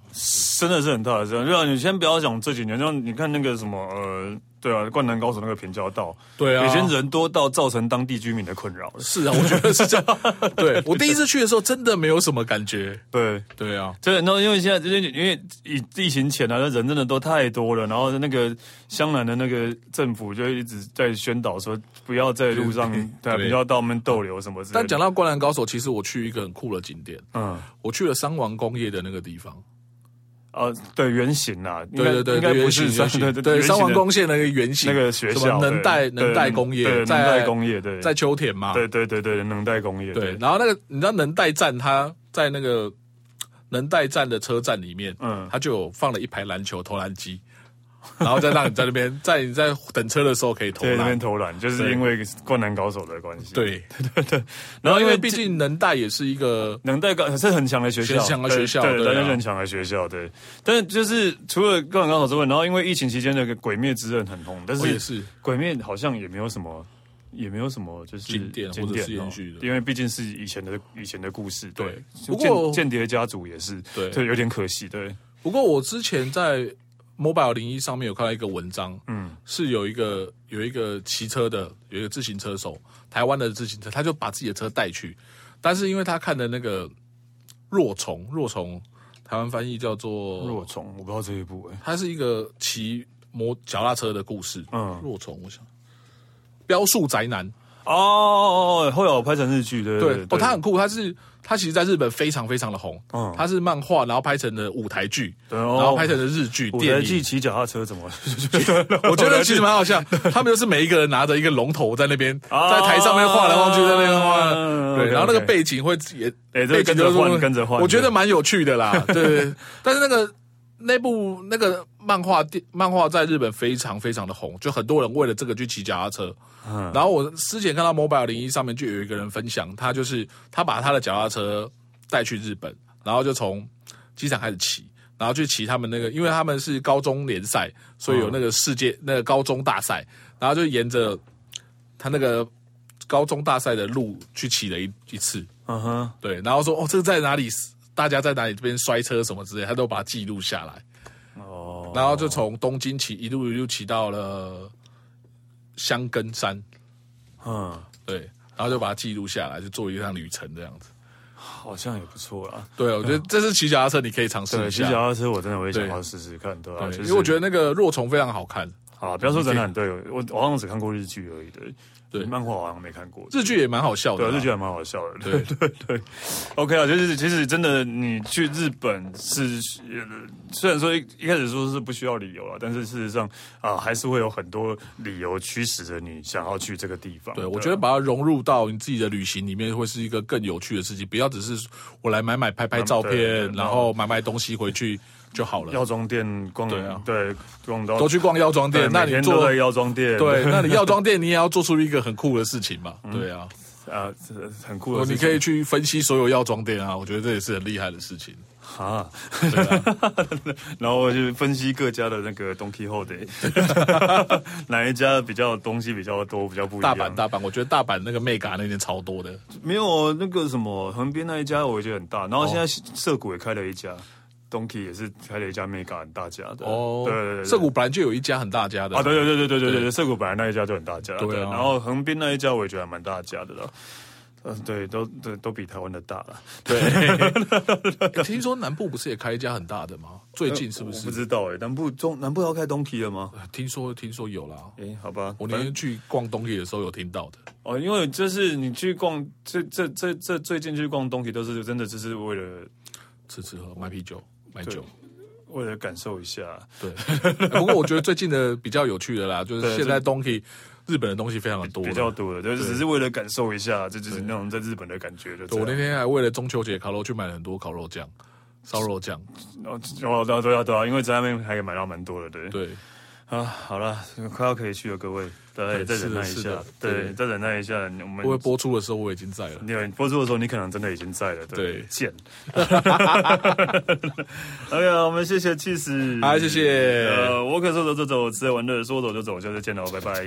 [SPEAKER 1] 真的是很大的这样，让啊你先不要讲这几年，像你看那个什么，呃，对啊，灌篮高手那个平交道，
[SPEAKER 2] 对啊
[SPEAKER 1] 以前人多到造成当地居民的困扰，
[SPEAKER 2] 是啊，我觉得是这 样。对我第一次去的时候，真的没有什么感觉。
[SPEAKER 1] 对。
[SPEAKER 2] 对啊，
[SPEAKER 1] 对，然后因为现在就是因为疫疫情前啊，那人真的都太多了，然后那个湘南的那个政府就一直在宣导说不要在路上，对啊，
[SPEAKER 2] 对
[SPEAKER 1] 不要到我们逗留什么之类的。
[SPEAKER 2] 但讲到《灌篮高手》，其实我去一个很酷的景点，
[SPEAKER 1] 嗯，
[SPEAKER 2] 我去了三王工业的那个地方。
[SPEAKER 1] 呃，对，原型啊，应该
[SPEAKER 2] 对对对，
[SPEAKER 1] 应该不
[SPEAKER 2] 原
[SPEAKER 1] 是
[SPEAKER 2] 型
[SPEAKER 1] 三
[SPEAKER 2] 原型
[SPEAKER 1] 对
[SPEAKER 2] 对
[SPEAKER 1] 原型
[SPEAKER 2] 三王
[SPEAKER 1] 的
[SPEAKER 2] 工线那个原型
[SPEAKER 1] 那个学
[SPEAKER 2] 什
[SPEAKER 1] 校，
[SPEAKER 2] 么
[SPEAKER 1] 对
[SPEAKER 2] 能
[SPEAKER 1] 对
[SPEAKER 2] 代能代工业，
[SPEAKER 1] 对能
[SPEAKER 2] 在
[SPEAKER 1] 代工业，对，
[SPEAKER 2] 在秋田嘛，
[SPEAKER 1] 对对对对能代工业，
[SPEAKER 2] 对，，然后那个你知道能代站，它在那个能代站的车站里面，
[SPEAKER 1] 嗯
[SPEAKER 2] 嗯，它就有放了一排篮球投篮机，然后再让你在那边， 在你在等车的时候可以投
[SPEAKER 1] 对那边
[SPEAKER 2] 篮。
[SPEAKER 1] 投篮，就是
[SPEAKER 2] 对
[SPEAKER 1] 因为灌篮高手的关系，，
[SPEAKER 2] 对，
[SPEAKER 1] 然后
[SPEAKER 2] 因
[SPEAKER 1] 因
[SPEAKER 2] 为
[SPEAKER 1] 为
[SPEAKER 2] 毕
[SPEAKER 1] 毕竟。
[SPEAKER 2] 竟能代也是一个
[SPEAKER 1] 能代高是很强的学校，
[SPEAKER 2] 很强的学校
[SPEAKER 1] 对，
[SPEAKER 2] 对啊
[SPEAKER 1] 真的是很强的学校，对。但是就是除了灌篮高手之外，然后因为疫情期间那个《鬼灭之刃》很红，但
[SPEAKER 2] 哦我也
[SPEAKER 1] 是《
[SPEAKER 2] 是
[SPEAKER 1] 鬼灭》好像也没有什么，也没有什么就是
[SPEAKER 2] 经典或者是
[SPEAKER 1] 哦
[SPEAKER 2] 延续的
[SPEAKER 1] 因为毕竟是以前的以前的故事，对
[SPEAKER 2] 对。
[SPEAKER 1] 就
[SPEAKER 2] 不过
[SPEAKER 1] 间间谍家族也是，
[SPEAKER 2] 对
[SPEAKER 1] 对，有点可惜，对。
[SPEAKER 2] 不过我之前在 Mobile 零一上面有看到一个文章，
[SPEAKER 1] 嗯
[SPEAKER 2] 嗯，是有一个有一个骑车的，有一个自行车手，台湾的自行车，他就把自己的车带去，但是因为他看的那个若虫，若虫台湾翻译叫做，
[SPEAKER 1] 若虫，我不知道这一部哎、
[SPEAKER 2] 它是一个骑摩脚踏车的故事，
[SPEAKER 1] 嗯
[SPEAKER 2] 嗯，若虫，我想。雕塑宅男，
[SPEAKER 1] 哦哦哦，后来我拍成日剧，对
[SPEAKER 2] 对
[SPEAKER 1] 对
[SPEAKER 2] 哦，他很酷，他是他其实在日本非常非常的红，
[SPEAKER 1] 嗯
[SPEAKER 2] 他是漫画，然后拍成了舞台剧，
[SPEAKER 1] 对哦
[SPEAKER 2] 然后拍成了日剧、
[SPEAKER 1] 我
[SPEAKER 2] 电
[SPEAKER 1] 才
[SPEAKER 2] 影，
[SPEAKER 1] 记骑脚踏车怎么？
[SPEAKER 2] 我觉得其实蛮好笑，他们就是每一个人拿着一个龙头在那边，
[SPEAKER 1] 啊
[SPEAKER 2] 在台上面晃来晃去，在那边晃
[SPEAKER 1] 嗯
[SPEAKER 2] 来，对，
[SPEAKER 1] OK，
[SPEAKER 2] 然后那个
[SPEAKER 1] OK
[SPEAKER 2] 背景会也，
[SPEAKER 1] 哎这个
[SPEAKER 2] 背景就是
[SPEAKER 1] 跟着换
[SPEAKER 2] 说
[SPEAKER 1] 跟着换
[SPEAKER 2] 我觉得蛮有趣 的啦，对。但是那个那部那个漫画电漫画在日本非常非常的红，就很多人为了这个去骑脚踏车。
[SPEAKER 1] 嗯
[SPEAKER 2] 然后我之前看到 Mobile 零一上面就有一个人分享，他就是他把他的脚踏车带去日本，然后就从机场开始骑，然后去骑他们那个，因为他们是高中联赛，所
[SPEAKER 1] 嗯
[SPEAKER 2] 以有那个世界、那个高中大赛，然后就沿着他那个高中大赛的路去骑了一一次，
[SPEAKER 1] 嗯哼，
[SPEAKER 2] 对，然后说哦，这个在哪里？大家在哪里这边摔车什么之类，他都把它记录下来，
[SPEAKER 1] 哦，
[SPEAKER 2] 然后就从东京骑一路一路骑到了香根山，
[SPEAKER 1] 嗯，
[SPEAKER 2] 对，然后就把它记录下来，就做一趟旅程这样子。
[SPEAKER 1] 好像也不错啊啦。
[SPEAKER 2] 对，我觉得这是骑脚踏车，你可以尝试
[SPEAKER 1] 对，
[SPEAKER 2] 一
[SPEAKER 1] 骑脚
[SPEAKER 2] 下。
[SPEAKER 1] 踏车我真的会想
[SPEAKER 2] 啊对
[SPEAKER 1] 要试试看，对吧、
[SPEAKER 2] 对
[SPEAKER 1] 啊？就是
[SPEAKER 2] 因为我觉得那个若虫非常好看，
[SPEAKER 1] 好啦，不要说展览，对我我好像只看过日剧而已，对，
[SPEAKER 2] 对
[SPEAKER 1] 漫画好像没看过。
[SPEAKER 2] 日剧也蛮好笑的
[SPEAKER 1] 对
[SPEAKER 2] 啦。
[SPEAKER 1] 啊，日剧还蛮好笑的。对
[SPEAKER 2] 对
[SPEAKER 1] 对对，OK 啊，就是其实真的，你去日本是呃虽然说一一开始说是不需要理由啊，但是事实上啊、还是会有很多理由驱使着你想要去这个地方。
[SPEAKER 2] 对，我觉得把它融入到你自己的旅行里面，会是一个更有趣的事情。不要只是我来买买拍拍照
[SPEAKER 1] 嗯对对
[SPEAKER 2] 片，
[SPEAKER 1] 对
[SPEAKER 2] 然后买买东西回去就好了。
[SPEAKER 1] 药妆店逛，
[SPEAKER 2] 对啊
[SPEAKER 1] 对，逛到
[SPEAKER 2] 都去逛药妆
[SPEAKER 1] 对
[SPEAKER 2] 店，那
[SPEAKER 1] 每
[SPEAKER 2] 你
[SPEAKER 1] 天都
[SPEAKER 2] 做
[SPEAKER 1] 在药妆店，
[SPEAKER 2] 对，那你药妆店你也要做出一个很酷的事情嘛？
[SPEAKER 1] 嗯
[SPEAKER 2] 对啊，
[SPEAKER 1] 啊，这很酷
[SPEAKER 2] 哦
[SPEAKER 1] 的事情。
[SPEAKER 2] 你可以去分析所有药妆店啊，我觉得这也是很厉害的事情。
[SPEAKER 1] 啊，然后就是分析各家的那个 Donkey h o l d 哪一家比较东西比较多，比较不一
[SPEAKER 2] 大
[SPEAKER 1] 样。啊
[SPEAKER 2] 阪，大阪，我觉得大阪那个 mega 那边超多的，
[SPEAKER 1] 没有那个什么横滨那一家，我觉得很大。然后现在涩谷也开了一家。Donkey 也是开了一家 mega 很大家的
[SPEAKER 2] 哦，
[SPEAKER 1] 对对对，
[SPEAKER 2] 涩谷本来就有一家很大家的
[SPEAKER 1] 啊，对对对对对对对对，涩谷本来那一家就很大家，
[SPEAKER 2] 对啊
[SPEAKER 1] 然后横滨那一家我也觉得还蛮大家的了，嗯，对，都对都比台湾的大了，
[SPEAKER 2] 对 诶听说南部不是也开一家很大的吗？最近是不
[SPEAKER 1] 我
[SPEAKER 2] 是呃
[SPEAKER 1] 不？知道哎，南部中南部要开 Donkey 了吗？
[SPEAKER 2] 听说听说有啦，
[SPEAKER 1] 哎，好吧，
[SPEAKER 2] 我
[SPEAKER 1] 反
[SPEAKER 2] 那
[SPEAKER 1] 正
[SPEAKER 2] 天去逛东野的时候有听到的。
[SPEAKER 1] 哦，因为就是你去逛这这这这最近去逛东西，都是真的就是为了
[SPEAKER 2] 吃吃喝，买啤酒，买
[SPEAKER 1] 对
[SPEAKER 2] 酒。
[SPEAKER 1] 为了感受一下。
[SPEAKER 2] 对， 不过我觉得最近的比较有趣的啦，就
[SPEAKER 1] 对
[SPEAKER 2] 是现在东西，日本的东西非常的多。
[SPEAKER 1] 比较多的，就是只是为了感受一下，这就是那种在日本的感觉。就这
[SPEAKER 2] 我
[SPEAKER 1] 样
[SPEAKER 2] 那天还为了中秋节烤肉去买了很多烤肉酱、烧肉酱。
[SPEAKER 1] 哦，哦对啊对啊对啊，因为在那边还买到蛮多的，对。
[SPEAKER 2] 对，
[SPEAKER 1] 啊，好了，快要可以去了，各位，对，
[SPEAKER 2] 对
[SPEAKER 1] 再
[SPEAKER 2] 是
[SPEAKER 1] 忍
[SPEAKER 2] 的
[SPEAKER 1] 耐一
[SPEAKER 2] 是
[SPEAKER 1] 下
[SPEAKER 2] 的，
[SPEAKER 1] 对，
[SPEAKER 2] 对
[SPEAKER 1] 再忍耐一下，我
[SPEAKER 2] 不会
[SPEAKER 1] 们。
[SPEAKER 2] 播出的时候我已经在了。
[SPEAKER 1] 你有播出的时候，你可能真的已经在了，对，
[SPEAKER 2] 对
[SPEAKER 1] 贱。OK，我们谢谢气死，
[SPEAKER 2] 好谢谢
[SPEAKER 1] 哦呃，我可说走就走，吃喝玩乐说走就走，下次见喽，拜拜。